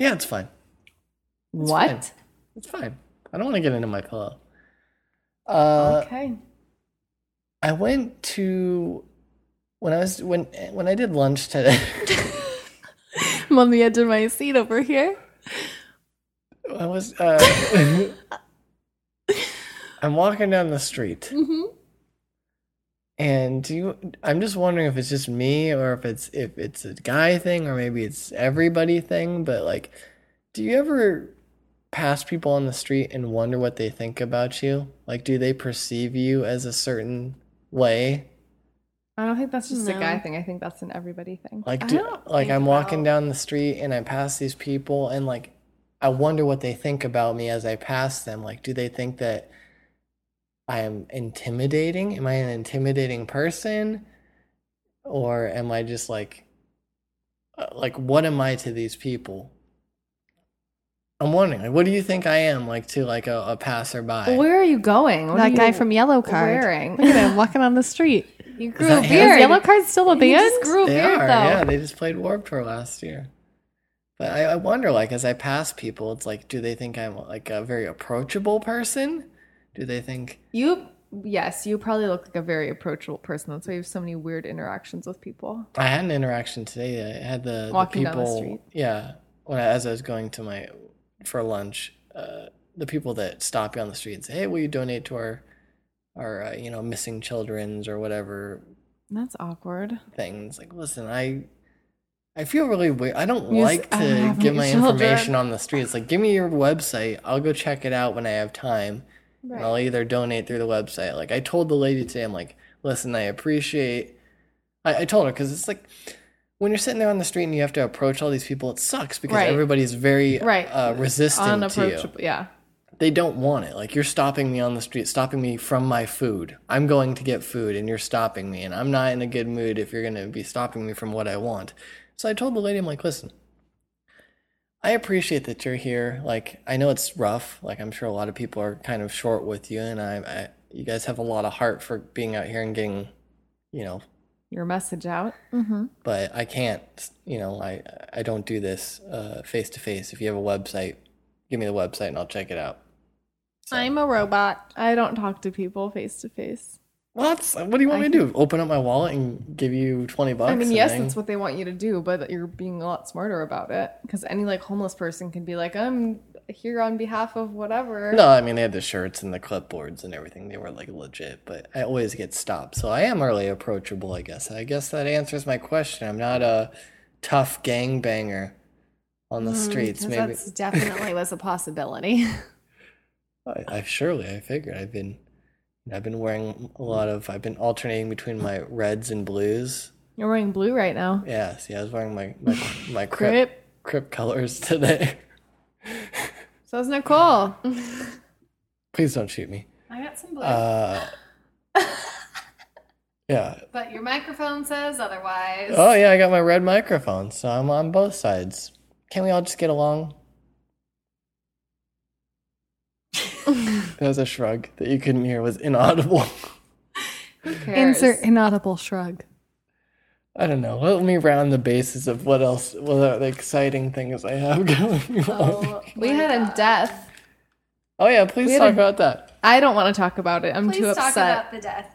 Speaker 1: Yeah, it's fine.
Speaker 3: what?
Speaker 1: fine. It's fine. I don't want to get into my pillow. Uh,
Speaker 3: okay.
Speaker 1: I went to when I was when when I did lunch today.
Speaker 2: I'm on the edge of my seat over here.
Speaker 1: I was uh, I'm walking down the street,
Speaker 2: Mhm.
Speaker 1: and do you, I'm just wondering if it's just me or if it's if it's a guy thing or maybe it's everybody thing. But like, do you ever pass people on the street and wonder what they think about you? Like, do they perceive you as a certain way?
Speaker 3: I don't think that's just a
Speaker 2: No.
Speaker 3: guy thing. I think that's an everybody thing.
Speaker 1: Like,
Speaker 2: I
Speaker 1: do,
Speaker 2: don't
Speaker 1: like
Speaker 2: think
Speaker 1: I'm walking
Speaker 2: about-
Speaker 1: down the street and I pass these people and like, I wonder what they think about me as I pass them. Like, do they think that I am intimidating? Am I an intimidating person, or am I just like, uh, like what am I to these people? I'm wondering, like, what do you think I am, like to like a, a passerby?
Speaker 3: Where are you going? What are
Speaker 2: that guy
Speaker 3: you
Speaker 2: from Yellow Card.
Speaker 3: wearing?
Speaker 2: Look at him walking on the street.
Speaker 3: You grew
Speaker 1: that
Speaker 3: a
Speaker 1: him?
Speaker 2: Is
Speaker 3: beard.
Speaker 2: Yellow Card still a
Speaker 3: You
Speaker 2: band?
Speaker 3: just grew a
Speaker 1: They
Speaker 3: beard
Speaker 1: are,
Speaker 3: though.
Speaker 1: yeah. They just played Warped Tour last year. But I, I wonder, like, as I pass people, it's like, do they think I'm like a very approachable person? Do they think
Speaker 3: You yes, you probably look like a very approachable person. That's why you have so many weird interactions with people.
Speaker 1: I had an interaction today? I had the, the
Speaker 3: Walking
Speaker 1: people,
Speaker 3: down the street.
Speaker 1: yeah. When I, as I was going to my for lunch, uh, the people that stop you on the street and say, "Hey, will you donate to our our uh, you know missing children's or whatever
Speaker 3: That's awkward.
Speaker 1: things. Like, listen, I I feel really weird. I don't
Speaker 3: You s-
Speaker 1: like
Speaker 3: I don't
Speaker 1: to
Speaker 3: have
Speaker 1: give
Speaker 3: any
Speaker 1: my
Speaker 3: children.
Speaker 1: information on the streets. Like, give me your website. I'll go check it out when I have time. And I'll either donate through the website. Like, I told the lady today, I'm like, listen, I appreciate. I, I told her because it's like when you're sitting there on the street and you have to approach all these people, it sucks because
Speaker 3: Right.
Speaker 1: everybody's very
Speaker 3: Right.
Speaker 1: uh, resistant to you.
Speaker 3: Unapproachable. Yeah.
Speaker 1: They don't want it. Like, you're stopping me on the street, stopping me from my food. I'm going to get food and you're stopping me. And I'm not in a good mood if you're going to be stopping me from what I want. So I told the lady, I'm like, listen, I appreciate that you're here. Like, I know it's rough. Like, I'm sure a lot of people are kind of short with you. And I, I you guys have a lot of heart for being out here and getting, you know,
Speaker 3: Your message out. Mm-hmm.
Speaker 1: but I can't, you know, I, I don't do this uh, face to face. If you have a website, give me the website and I'll check it out.
Speaker 2: I'm a robot.
Speaker 3: I don't talk to people face to face.
Speaker 1: Well, that's, what do you want me to do? Open up my wallet and give you 20 bucks?
Speaker 3: I mean,
Speaker 1: and
Speaker 3: yes,
Speaker 1: then-
Speaker 3: that's what they want you to do, but you're being a lot smarter about it because any like homeless person can be like, "I'm here on behalf of whatever."
Speaker 1: No, I mean, they had the shirts and the clipboards and everything. They were like legit, but I always get stopped. So I am really approachable, I guess. I guess that answers my question. I'm not a tough gangbanger on
Speaker 3: Mm,
Speaker 1: the streets. Maybe
Speaker 2: That definitely was a possibility.
Speaker 1: I, I surely I figured I've been I've been wearing a lot of I've been alternating between my reds and blues.
Speaker 3: You're wearing blue right now.
Speaker 1: Yeah, see, I was wearing my my my crip
Speaker 3: Crip.
Speaker 1: crip colors today.
Speaker 3: So is Nicole.
Speaker 1: Please don't shoot me.
Speaker 2: I got some blue,
Speaker 1: Uh, yeah.
Speaker 2: but your microphone says otherwise.
Speaker 1: Oh yeah, I got my red microphone, so I'm on both sides. Can we all just get along? that was a shrug that you couldn't hear was inaudible.
Speaker 3: Who cares?
Speaker 2: Insert inaudible shrug.
Speaker 1: I don't know. Let me round the bases of what else, what are the exciting things I have going on. Oh,
Speaker 3: We had a death.
Speaker 1: yeah, please
Speaker 3: had
Speaker 1: talk
Speaker 3: a-
Speaker 1: about that.
Speaker 3: I don't want to talk about it. I'm
Speaker 4: Please
Speaker 3: too
Speaker 4: talk
Speaker 3: upset.
Speaker 4: about the death.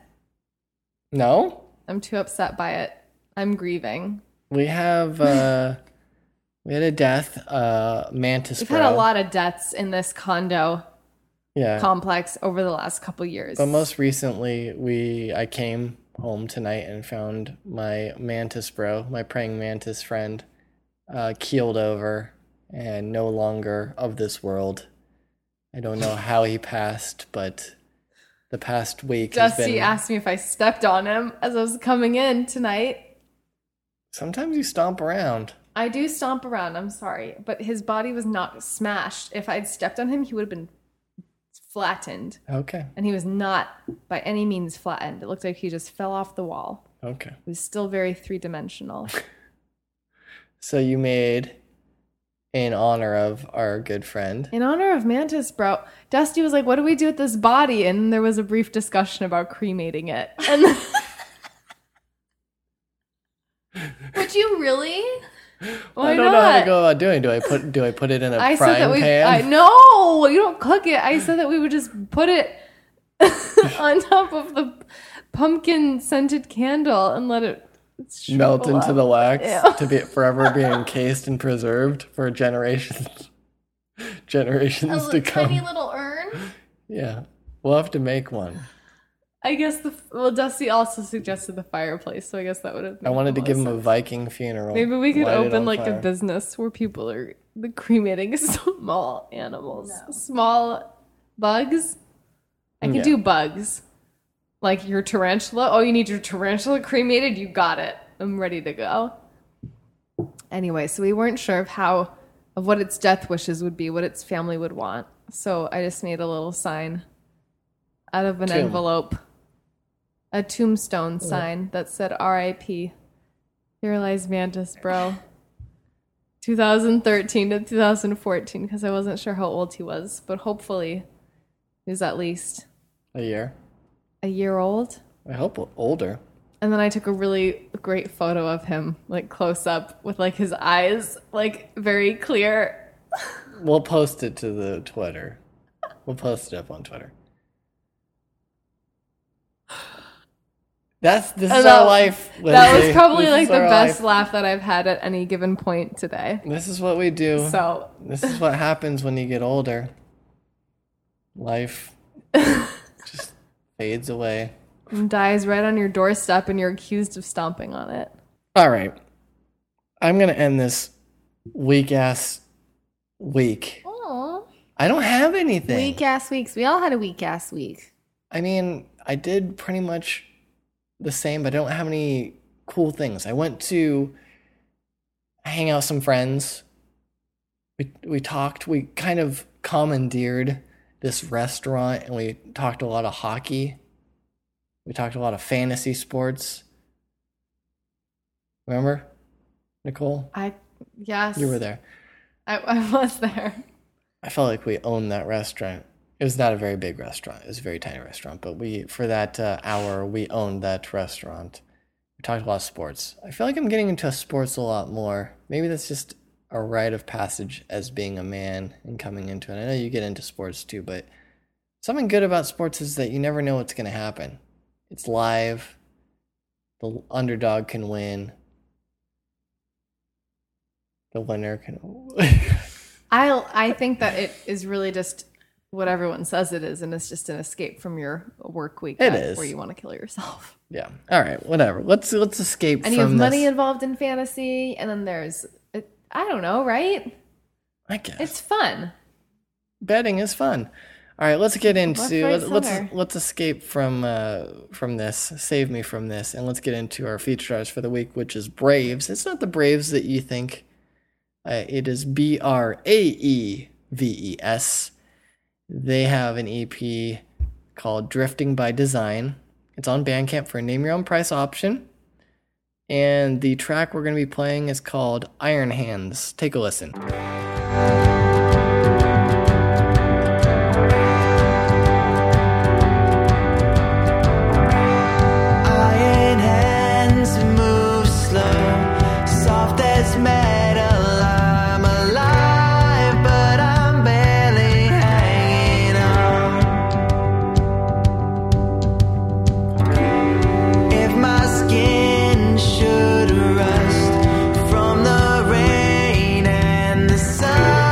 Speaker 1: No,
Speaker 3: I'm too upset by it. I'm grieving.
Speaker 1: we have uh, we had a death, uh, mantis.
Speaker 3: We've had a
Speaker 1: bro.
Speaker 3: lot of deaths in this condo
Speaker 1: Yeah,
Speaker 3: complex over the last couple years.
Speaker 1: But most recently, we I came home tonight and found my mantis bro, my praying mantis friend, uh, keeled over and no longer of this world. I don't know how he passed, but the past week has
Speaker 3: Dusty
Speaker 1: been-
Speaker 3: asked me if I stepped on him as I was coming in tonight.
Speaker 1: Sometimes you stomp around.
Speaker 3: I do stomp around, I'm sorry, but his body was not smashed. If I'd stepped on him, he would have been flattened.
Speaker 1: Okay,
Speaker 3: And he was not by any means flattened. It looked like he just fell off the wall.
Speaker 1: okay.
Speaker 3: He was still very three dimensional.
Speaker 1: So you made in honor of our good friend.
Speaker 3: In honor of Mantis, bro, Dusty was like, What do we do with this body? And there was a brief discussion about cremating it. And
Speaker 4: Would you really?
Speaker 3: why
Speaker 1: I don't know how
Speaker 3: not?
Speaker 1: to go about doing. it. Do I put do I put it in a
Speaker 3: I
Speaker 1: frying
Speaker 3: said that we.
Speaker 1: pan?
Speaker 3: I, no, you don't cook it. I said that we would just put it on top of the pumpkin scented candle and let it shrivel
Speaker 1: melt into
Speaker 3: up.
Speaker 1: the wax
Speaker 3: Ew.
Speaker 1: to be forever be encased and preserved for generations
Speaker 4: A
Speaker 1: generations to
Speaker 4: little,
Speaker 1: come
Speaker 4: tiny little urn?
Speaker 1: yeah we'll have to make one
Speaker 3: I guess the well, Dusty also suggested the fireplace, so I guess that would have.
Speaker 1: i wanted to give him
Speaker 3: a.
Speaker 1: a viking funeral
Speaker 3: Maybe we could
Speaker 1: light it
Speaker 3: open
Speaker 1: on
Speaker 3: like a
Speaker 1: fire.
Speaker 3: business where people are the cremating small animals, small bugs. I could
Speaker 1: Yeah.
Speaker 3: do bugs. Like your tarantula. Oh, you need your tarantula cremated? You got it. I'm ready to go. Anyway, so we weren't sure of how, of what its death wishes would be, what its family would want. So I just made a little sign out of an
Speaker 1: Tomb.
Speaker 3: envelope, a tombstone sign that said RIP. Here lies Mantis, bro. 2013 to 2014, because I wasn't sure how old he was, but hopefully he was at least
Speaker 1: A year.
Speaker 3: a year old.
Speaker 1: I hope older.
Speaker 3: And then I took a really great photo of him, like close up, with like his eyes, like very clear.
Speaker 1: We'll post it to the Twitter. We'll post it up on Twitter. That's this is
Speaker 3: That-
Speaker 1: our life.
Speaker 3: That
Speaker 1: Lindsay.
Speaker 3: was probably
Speaker 1: This
Speaker 3: like
Speaker 1: is
Speaker 3: the
Speaker 1: our
Speaker 3: best
Speaker 1: life.
Speaker 3: laugh that I've had at any given point today.
Speaker 1: This is what we do.
Speaker 3: So
Speaker 1: This is what happens when you get older. Life just fades away.
Speaker 3: and dies right on your doorstep, and you're accused of stomping on it.
Speaker 1: All right. I'm going to end this weak ass week.
Speaker 2: Oh,
Speaker 1: I don't have anything.
Speaker 2: weak ass weeks. We all had a weak ass week.
Speaker 1: I mean, I did pretty much the same, but I don't have any cool things. I went to hang out with some friends. We we talked, we kind of commandeered this restaurant and we talked a lot of hockey. We talked a lot of fantasy sports. Remember? Nicole?
Speaker 3: I yes,
Speaker 1: You were there.
Speaker 3: I, I was there.
Speaker 1: I felt like we owned that restaurant. It was not a very big restaurant. It was a very tiny restaurant, but we for that uh, hour we owned that restaurant. We talked a lot of sports. I feel like I'm getting into sports a lot more. Maybe that's just a rite of passage as being a man and coming into it. I know you get into sports too, but something good about sports is that you never know what's going to happen. It's live. The underdog can win. The winner can.
Speaker 3: I I think that it is really just what everyone says it is, and it's just an escape from your work week
Speaker 1: It
Speaker 3: at-
Speaker 1: is.
Speaker 3: where you want to kill yourself.
Speaker 1: Yeah. All right. Whatever. Let's let's escape
Speaker 3: And
Speaker 1: from
Speaker 3: you have
Speaker 1: this.
Speaker 3: money involved in fantasy, and then there's it, I don't know, right?
Speaker 1: I guess
Speaker 3: It's fun.
Speaker 1: betting is fun. All right. Let's get into
Speaker 3: right
Speaker 1: let's let's,
Speaker 3: somewhere.
Speaker 1: let's escape from uh, from this. Save me from this, and let's get into our feature artist for the week, which is Braves. It's not the Braves that you think. Uh, it is B R A E V E S. They have an EP called Drifting by Design. It's on Bandcamp for a name your own price option. And the track we're going to be playing is called Iron Hands. Take a listen.
Speaker 5: Iron hands move slow, soft as metal. I'm alive, but I'm barely hanging on. If my skin should rust from the rain and the sun. Oh,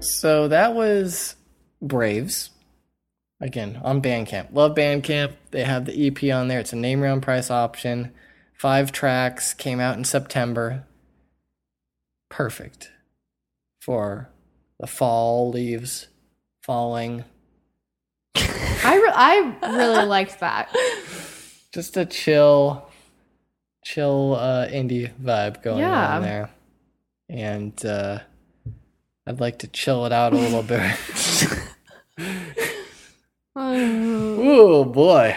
Speaker 1: so that was Braves. Again, on Bandcamp. Love Bandcamp. They have the EP on there. It's a name round price option. Five tracks came out in September. Perfect for the fall leaves falling.
Speaker 3: I, re- I really liked that.
Speaker 1: Just a chill, chill uh, indie vibe going
Speaker 3: Yeah.
Speaker 1: on there. And uh, I'd like to chill it out a little bit. Oh boy.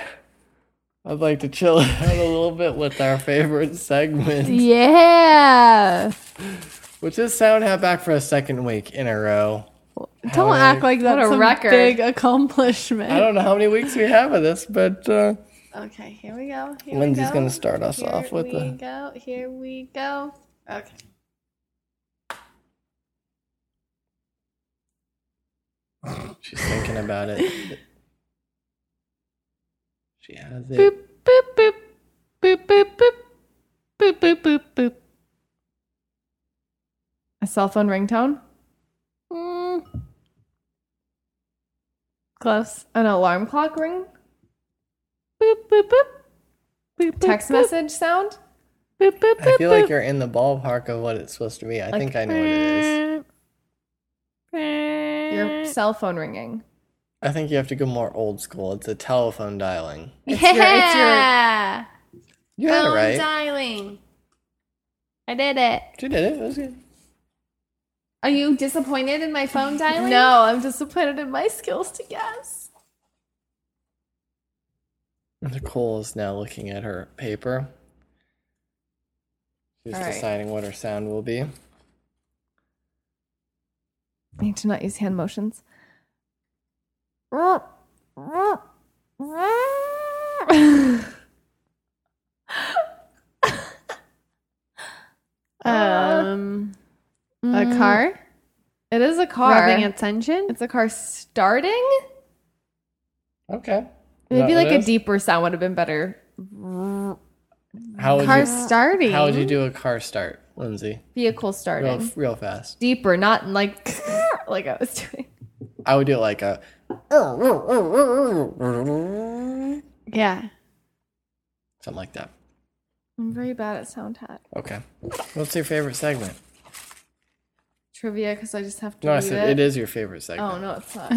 Speaker 1: I'd like to chill it out a little bit with our favorite segment,
Speaker 2: Yeah.
Speaker 1: which is Sound Hat back for a second week in a row.
Speaker 2: Don't
Speaker 1: Alright.
Speaker 2: act like that's
Speaker 3: What a
Speaker 2: a
Speaker 3: record.
Speaker 2: big uh, accomplishment.
Speaker 1: I don't know how many weeks we have of this, but uh,
Speaker 2: Okay, here we go. Here
Speaker 1: Lindsay's
Speaker 2: we go.
Speaker 1: going to start us off with
Speaker 2: Here we
Speaker 1: the.
Speaker 2: go. Here we go. Okay.
Speaker 1: She's thinking about it. She has it.
Speaker 2: Boop boop boop boop boop boop boop boop boop boop.
Speaker 3: A cell phone ringtone?
Speaker 2: Mm,
Speaker 3: Close. An alarm clock ring?
Speaker 2: boop boop boop. Boop, boop,
Speaker 3: Text
Speaker 2: boop,
Speaker 3: message sound?
Speaker 2: Boop, boop, boop,
Speaker 1: I feel
Speaker 2: boop.
Speaker 1: like you're in the ballpark of what it's supposed to be. I think I know what it is.
Speaker 2: Eh.
Speaker 3: Your cell phone ringing.
Speaker 1: I think you have to go more old school. It's a telephone dialing.
Speaker 3: It's your- it's your-
Speaker 2: Yeah.
Speaker 1: You had it
Speaker 4: Phone
Speaker 1: right.
Speaker 4: dialing.
Speaker 2: I did it.
Speaker 1: she did it. It was good.
Speaker 2: Are you disappointed in my phone dialing?
Speaker 3: No, I'm disappointed in my skills to guess.
Speaker 1: Nicole is now looking at her paper. She's
Speaker 3: All right.
Speaker 1: deciding what her sound will be.
Speaker 3: I need to not use hand motions. Um,
Speaker 2: Um,
Speaker 3: a car? Mm. It is a car.
Speaker 2: rubbing its engine.
Speaker 3: It's a car starting?
Speaker 1: Okay. Is
Speaker 3: Maybe
Speaker 1: that what
Speaker 3: like
Speaker 1: it
Speaker 3: a
Speaker 1: is?
Speaker 3: deeper sound would have been better.
Speaker 1: How would
Speaker 2: car
Speaker 1: you
Speaker 2: starting.
Speaker 1: How would you do a car start, Lindsay?
Speaker 3: Vehicle starting.
Speaker 1: Real, real fast.
Speaker 3: Deeper, not like like I was doing.
Speaker 1: I would do like a. Something
Speaker 2: Yeah.
Speaker 1: like that.
Speaker 3: I'm very bad at sound hat.
Speaker 1: Okay. What's your favorite segment?
Speaker 3: Trivia, because I just have to
Speaker 1: No, I
Speaker 3: read
Speaker 1: said it is your favorite segment.
Speaker 3: Oh no, it's not.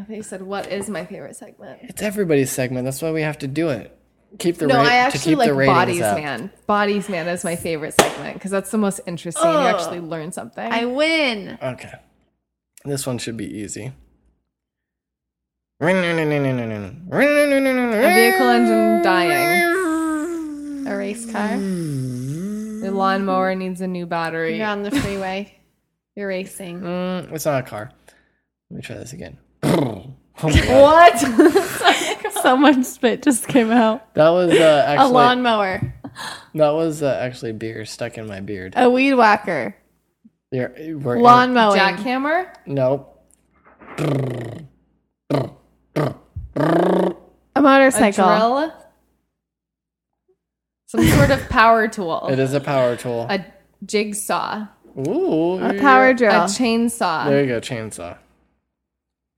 Speaker 3: I thought you said what is my favorite segment.
Speaker 1: It's everybody's segment. That's why we have to do it. Keep the
Speaker 3: No,
Speaker 1: ra-
Speaker 3: I
Speaker 1: to
Speaker 3: actually
Speaker 1: keep
Speaker 3: like
Speaker 1: the ratings
Speaker 3: Bodies
Speaker 1: up.
Speaker 3: Man. Bodies Man is my favorite segment because that's the most interesting. You actually learn something.
Speaker 2: I win.
Speaker 1: Okay. This one should be easy. A
Speaker 3: a vehicle engine dying.
Speaker 2: A race car.
Speaker 3: Your lawnmower needs a new battery.
Speaker 2: You're on the freeway. You're racing.
Speaker 1: Mm, it's not a car. Let me try this again. Oh
Speaker 3: What?
Speaker 2: so much spit just came out.
Speaker 1: That was uh, actually
Speaker 2: a lawnmower.
Speaker 1: that was uh, actually beer stuck in my beard.
Speaker 2: A weed whacker.
Speaker 1: You're, we're
Speaker 2: Lawn mowing.
Speaker 3: Jackhammer?
Speaker 1: Nope.
Speaker 2: A
Speaker 3: A
Speaker 2: motorcycle.
Speaker 3: drill? Some sort of power tool.
Speaker 1: It is a power tool.
Speaker 3: A jigsaw.
Speaker 1: Ooh,
Speaker 2: A power
Speaker 3: A
Speaker 2: drill.
Speaker 3: chainsaw.
Speaker 1: There you go, chainsaw.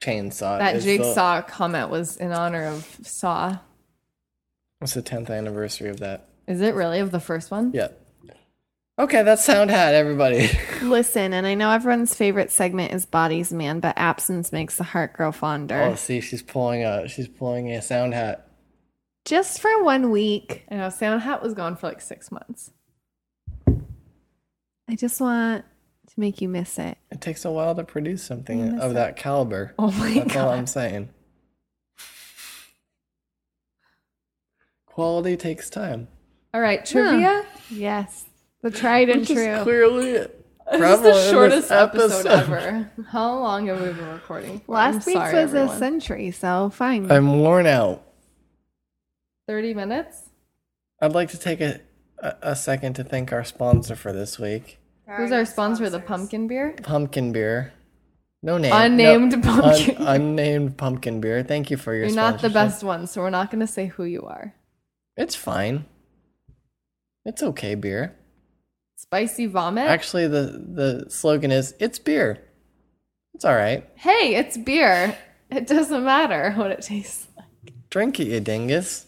Speaker 1: Chainsaw.
Speaker 3: that
Speaker 1: is the-
Speaker 3: jigsaw comment was in honor of Saw.
Speaker 1: It's the tenth anniversary of that.
Speaker 3: Is it really of the first one?
Speaker 1: Yeah. Okay, that's sound hat, everybody.
Speaker 2: Listen, and I know everyone's favorite segment is bodies man, but absence makes the heart grow fonder.
Speaker 1: oh, see, she's pulling a she's pulling a sound hat.
Speaker 2: Just for one week.
Speaker 3: I know Sound Hat was gone for like six months.
Speaker 2: I just want to make you miss it.
Speaker 1: It takes a while to produce something of that caliber.
Speaker 3: Oh my
Speaker 1: that's all
Speaker 3: God.
Speaker 1: I'm saying. Quality takes time.
Speaker 3: All right, trivia.
Speaker 2: Yes. The tried and
Speaker 1: Which is
Speaker 2: true.
Speaker 1: clearly
Speaker 3: This is
Speaker 1: prevalent in
Speaker 3: the
Speaker 1: this
Speaker 3: shortest episode, ever. How long have we been recording? for? I'm
Speaker 2: Last week's
Speaker 3: sorry,
Speaker 2: was
Speaker 3: everyone.
Speaker 2: a century, so fine.
Speaker 1: I'm worn out.
Speaker 3: thirty minutes.
Speaker 1: I'd like to take a, a, a second to thank our sponsor for this week,
Speaker 3: Who's our sponsor? The pumpkin beer.
Speaker 1: Pumpkin Beer. No name.
Speaker 3: Unnamed
Speaker 1: no,
Speaker 3: pumpkin.
Speaker 1: un- unnamed Pumpkin Beer. Thank you for your
Speaker 3: You're not the
Speaker 1: sponsorship.
Speaker 3: best one, so we're not going to say who you are.
Speaker 1: It's fine. It's okay beer.
Speaker 3: Spicy vomit.
Speaker 1: Actually, the the slogan is it's beer. It's all right.
Speaker 3: Hey, it's beer. It doesn't matter what it tastes like.
Speaker 1: Drink it, you dingus.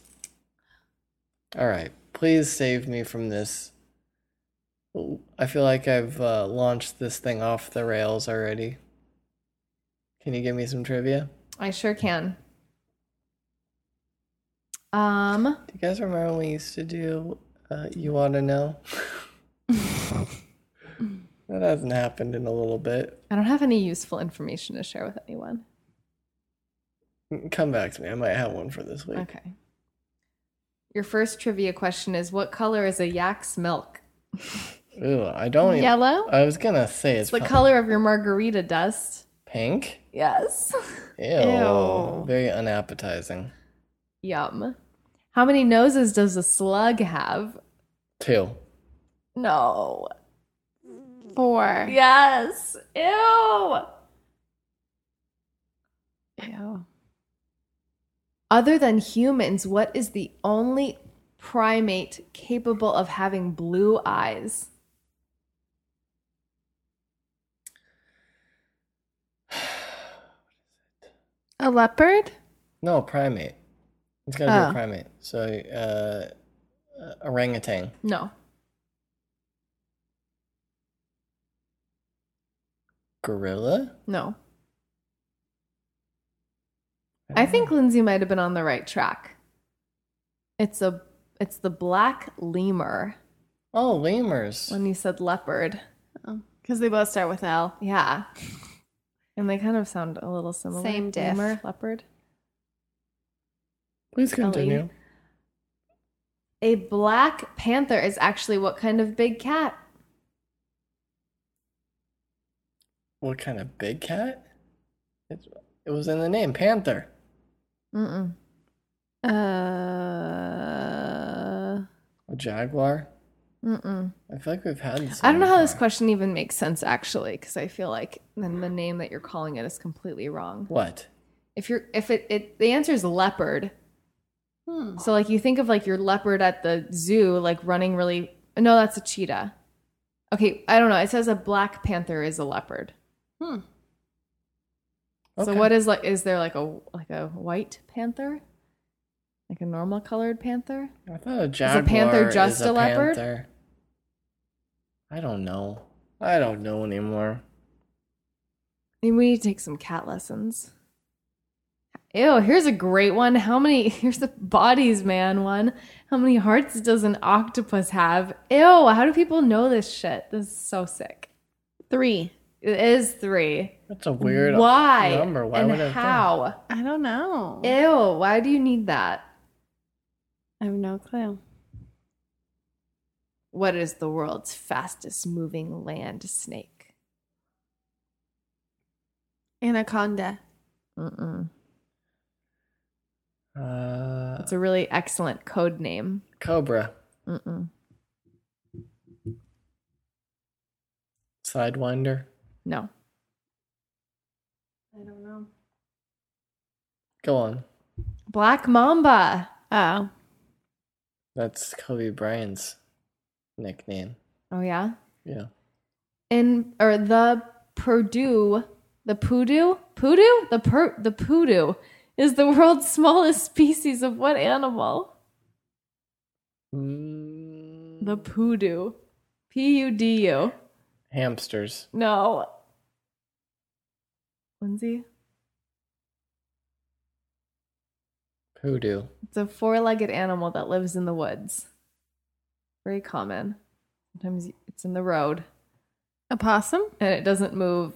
Speaker 1: All right. Please save me from this. I feel like I've uh, launched this thing off the rails already. Can you give me some trivia?
Speaker 3: I sure can. Um,
Speaker 1: Do you guys remember when we used to do uh, You Want to Know? that hasn't happened in a little bit.
Speaker 3: I don't have any useful information to share with anyone.
Speaker 1: Come back to me. I might have one for this week.
Speaker 3: Okay. Your first trivia question is what color is a yak's milk?
Speaker 1: Ooh, I
Speaker 3: Oh,
Speaker 1: don't even.
Speaker 3: Yellow?
Speaker 1: I was going to say it's
Speaker 3: The
Speaker 1: prob-
Speaker 3: color of your margarita dust.
Speaker 1: pink.
Speaker 3: Yes.
Speaker 1: Ew.
Speaker 3: Ew.
Speaker 1: Very unappetizing.
Speaker 3: Yum. How many noses does a slug have?
Speaker 1: Two.
Speaker 3: No.
Speaker 2: Four.
Speaker 3: Yes. Ew.
Speaker 2: Ew.
Speaker 3: Other than humans, what is the only primate capable of having blue eyes?
Speaker 2: A leopard?
Speaker 1: No, primate. It's got to be
Speaker 2: Oh.
Speaker 1: a primate. So, uh, uh, orangutan.
Speaker 3: No.
Speaker 1: Gorilla?
Speaker 3: No. I think Lindsay might have been on the right track. It's a it's the black lemur
Speaker 1: Oh, lemurs.
Speaker 3: when you said leopard.
Speaker 2: Because Oh, they both start with L.
Speaker 3: Yeah. And they kind of sound a little similar.
Speaker 2: Same diff.
Speaker 3: Lemur, leopard.
Speaker 1: Please continue.
Speaker 3: A black panther is actually what kind of big cat?
Speaker 1: What kind of big cat? It's, it was in the name, panther.
Speaker 3: Mm-mm.
Speaker 2: Uh,
Speaker 1: A jaguar.
Speaker 3: Mm-mm.
Speaker 1: I feel like we've had. This
Speaker 3: I don't know
Speaker 1: one
Speaker 3: how this
Speaker 1: before.
Speaker 3: question even makes sense actually, because I feel like then the name that you're calling it is completely wrong.
Speaker 1: What?
Speaker 3: If you're if it, it the answer is leopard.
Speaker 2: hmm.
Speaker 3: So like you think of like your leopard at the zoo, like running really no, that's a cheetah. Okay, I don't know. It says a black panther is a leopard.
Speaker 2: Hmm.
Speaker 1: Okay.
Speaker 3: So what is like is there like a like a white panther? Like a normal colored panther?
Speaker 1: I thought a jaguar is a panther just a, leopard. I don't know. I don't know anymore.
Speaker 3: Maybe we need to take some cat lessons. Ew, here's a great one. How many, here's the bodies man one. How many hearts does an octopus have? Ew, how do people know this shit? This is so sick.
Speaker 2: Three.
Speaker 3: It is three.
Speaker 1: That's a weird
Speaker 3: why?
Speaker 1: number. Why
Speaker 3: and
Speaker 1: would it have been?
Speaker 3: how?
Speaker 2: I don't know.
Speaker 3: Ew, why do you need that?
Speaker 2: I have no clue.
Speaker 3: What is the world's fastest moving land snake?
Speaker 2: Anaconda.
Speaker 3: Mm-mm.
Speaker 1: Uh,
Speaker 3: It's a really excellent code name.
Speaker 1: cobra.
Speaker 3: Mm-mm.
Speaker 1: Sidewinder.
Speaker 3: No.
Speaker 2: I don't know.
Speaker 1: Go on.
Speaker 3: Black mamba.
Speaker 2: Oh.
Speaker 1: That's Kobe Bryant's nickname.
Speaker 3: Oh, yeah?
Speaker 1: Yeah.
Speaker 3: in or the Purdue, the Poodoo, Poodoo, the per, the Poodoo is the world's smallest species of what animal?
Speaker 1: Mm,
Speaker 3: The Poodoo, P U D U.
Speaker 1: hamsters.
Speaker 3: No, Lindsay,
Speaker 1: Hoodoo.
Speaker 3: it's a four-legged animal that lives in the woods. Very common. Sometimes it's in the road
Speaker 2: A possum?
Speaker 3: and it doesn't move.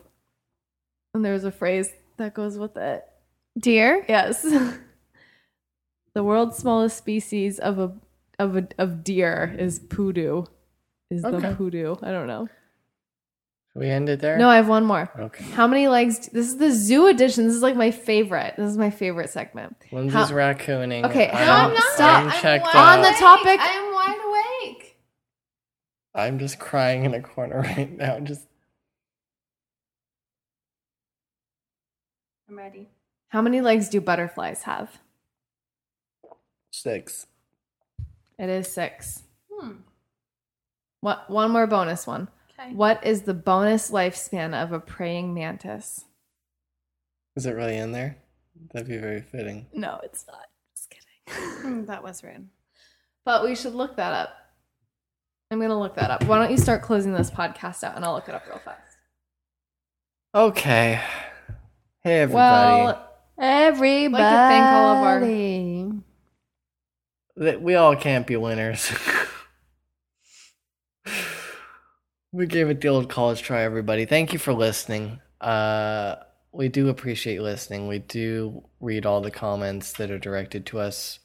Speaker 3: And there's a phrase that goes with it.
Speaker 2: Deer?
Speaker 3: Yes. the world's smallest species of a of a, of deer is poodoo. Is
Speaker 1: Okay.
Speaker 3: the poodoo? I don't know.
Speaker 1: Should we end it there?
Speaker 3: No, I have one more.
Speaker 1: Okay.
Speaker 3: How many legs? do- this is the zoo edition. This is like my favorite. This is my favorite segment.
Speaker 1: Lindsay's
Speaker 3: How-
Speaker 1: raccooning.
Speaker 3: Okay,
Speaker 1: I'm,
Speaker 3: how- No, I'm not.
Speaker 1: I'm
Speaker 3: Stop.
Speaker 1: checked
Speaker 3: On
Speaker 1: out.
Speaker 3: the topic-
Speaker 4: I'm wide awake.
Speaker 1: I'm just crying in a corner right now. Just
Speaker 4: I'm ready.
Speaker 3: How many legs do butterflies have?
Speaker 1: six.
Speaker 3: It is six.
Speaker 4: Hmm.
Speaker 3: What? One more bonus one.
Speaker 4: Okay.
Speaker 3: What is the bonus lifespan of a praying mantis?
Speaker 1: Is it really in there? That'd be very fitting.
Speaker 3: No, it's not. Just kidding. Hmm,
Speaker 2: that was written.
Speaker 3: But we should look that up. I'm going to look that up. Why don't you start closing this podcast out and I'll look it up real fast.
Speaker 1: Okay. Hey everybody.
Speaker 3: Well,
Speaker 2: Everybody.
Speaker 3: thank all of our-
Speaker 1: Th- we all can't be winners. we gave it the old college try, everybody. Thank you for listening. Uh, we do appreciate listening. We do read all the comments that are directed to us.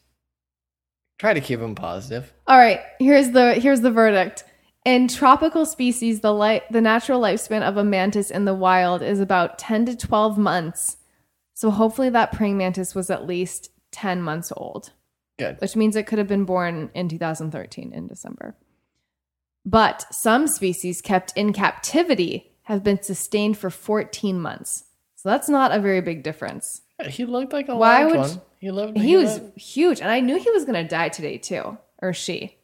Speaker 1: Try to keep them positive.
Speaker 3: all right, here's the here's the verdict. In tropical species, the light the natural lifespan of a mantis in the wild is about 10 to 12 months. So hopefully that praying mantis was at least 10 months old.
Speaker 1: Good.
Speaker 3: which means it could have been born in 2013 in December. But some species kept in captivity have been sustained for 14 months. So that's not a very big difference.
Speaker 1: He looked like a
Speaker 3: Why
Speaker 1: large
Speaker 3: would-
Speaker 1: one. He lived.
Speaker 3: He was
Speaker 1: lived-
Speaker 3: huge, and I knew he was going to die today too, or she,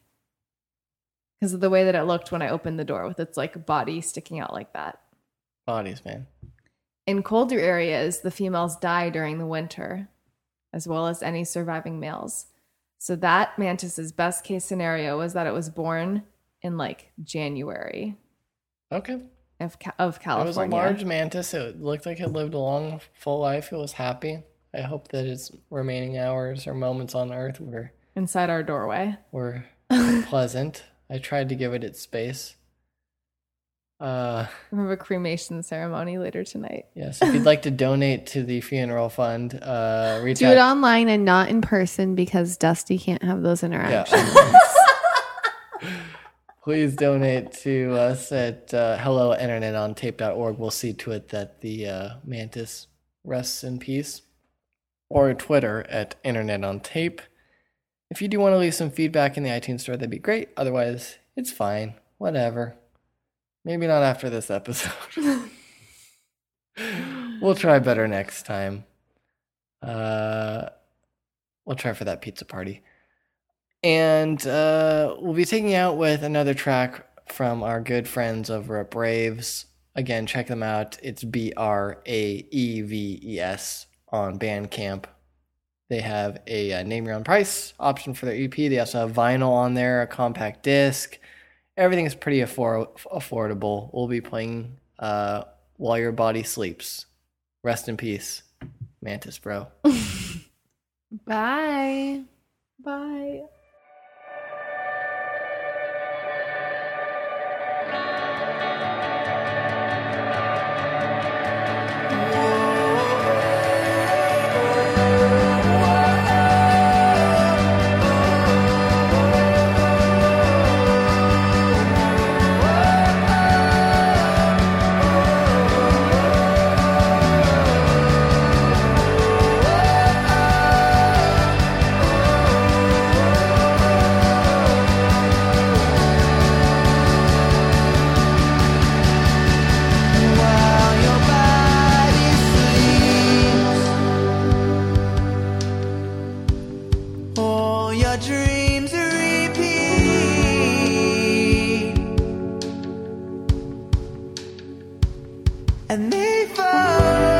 Speaker 3: because of the way that it looked when I opened the door with its like body sticking out like that.
Speaker 1: bodies, man.
Speaker 3: In colder areas, the females die during the winter, as well as any surviving males. So that mantis's best case scenario was that it was born in like January
Speaker 1: Okay.
Speaker 3: of Ca- of
Speaker 1: It was a
Speaker 3: California.
Speaker 1: large mantis. It looked like it lived a long, full life. It was happy. I hope that its remaining hours or moments on Earth were
Speaker 3: inside our doorway.
Speaker 1: were pleasant. I tried to give it its space. Uh,
Speaker 3: We have a cremation ceremony later tonight.
Speaker 1: yes, if you'd like to donate to the funeral fund, uh, reach
Speaker 2: Do
Speaker 1: out.
Speaker 2: it online and not in person because Dusty can't have those
Speaker 1: yeah.
Speaker 2: interactions.
Speaker 1: Please donate to us at uh, hellointernetontape.org. We'll see to it that the uh, mantis rests in peace. Or Twitter at internet on tape. If you do want to leave some feedback in the iTunes store, that'd be great. Otherwise, it's fine. Whatever. Maybe not after this episode. we'll try better next time. Uh, we'll try for that pizza party. And uh, we'll be taking you out with another track from our good friends over at Braves. Again, check them out. It's B R A E V E S on Bandcamp. They have a uh, name your own price option for their EP. They also have vinyl on there, a compact disc. Everything's pretty affor- affordable. We'll be playing uh, While Your Body Sleeps. Rest in peace, Mantis Bro.
Speaker 2: Bye.
Speaker 3: Bye.
Speaker 5: While your body sleeps, all your dreams repeat, and they fall.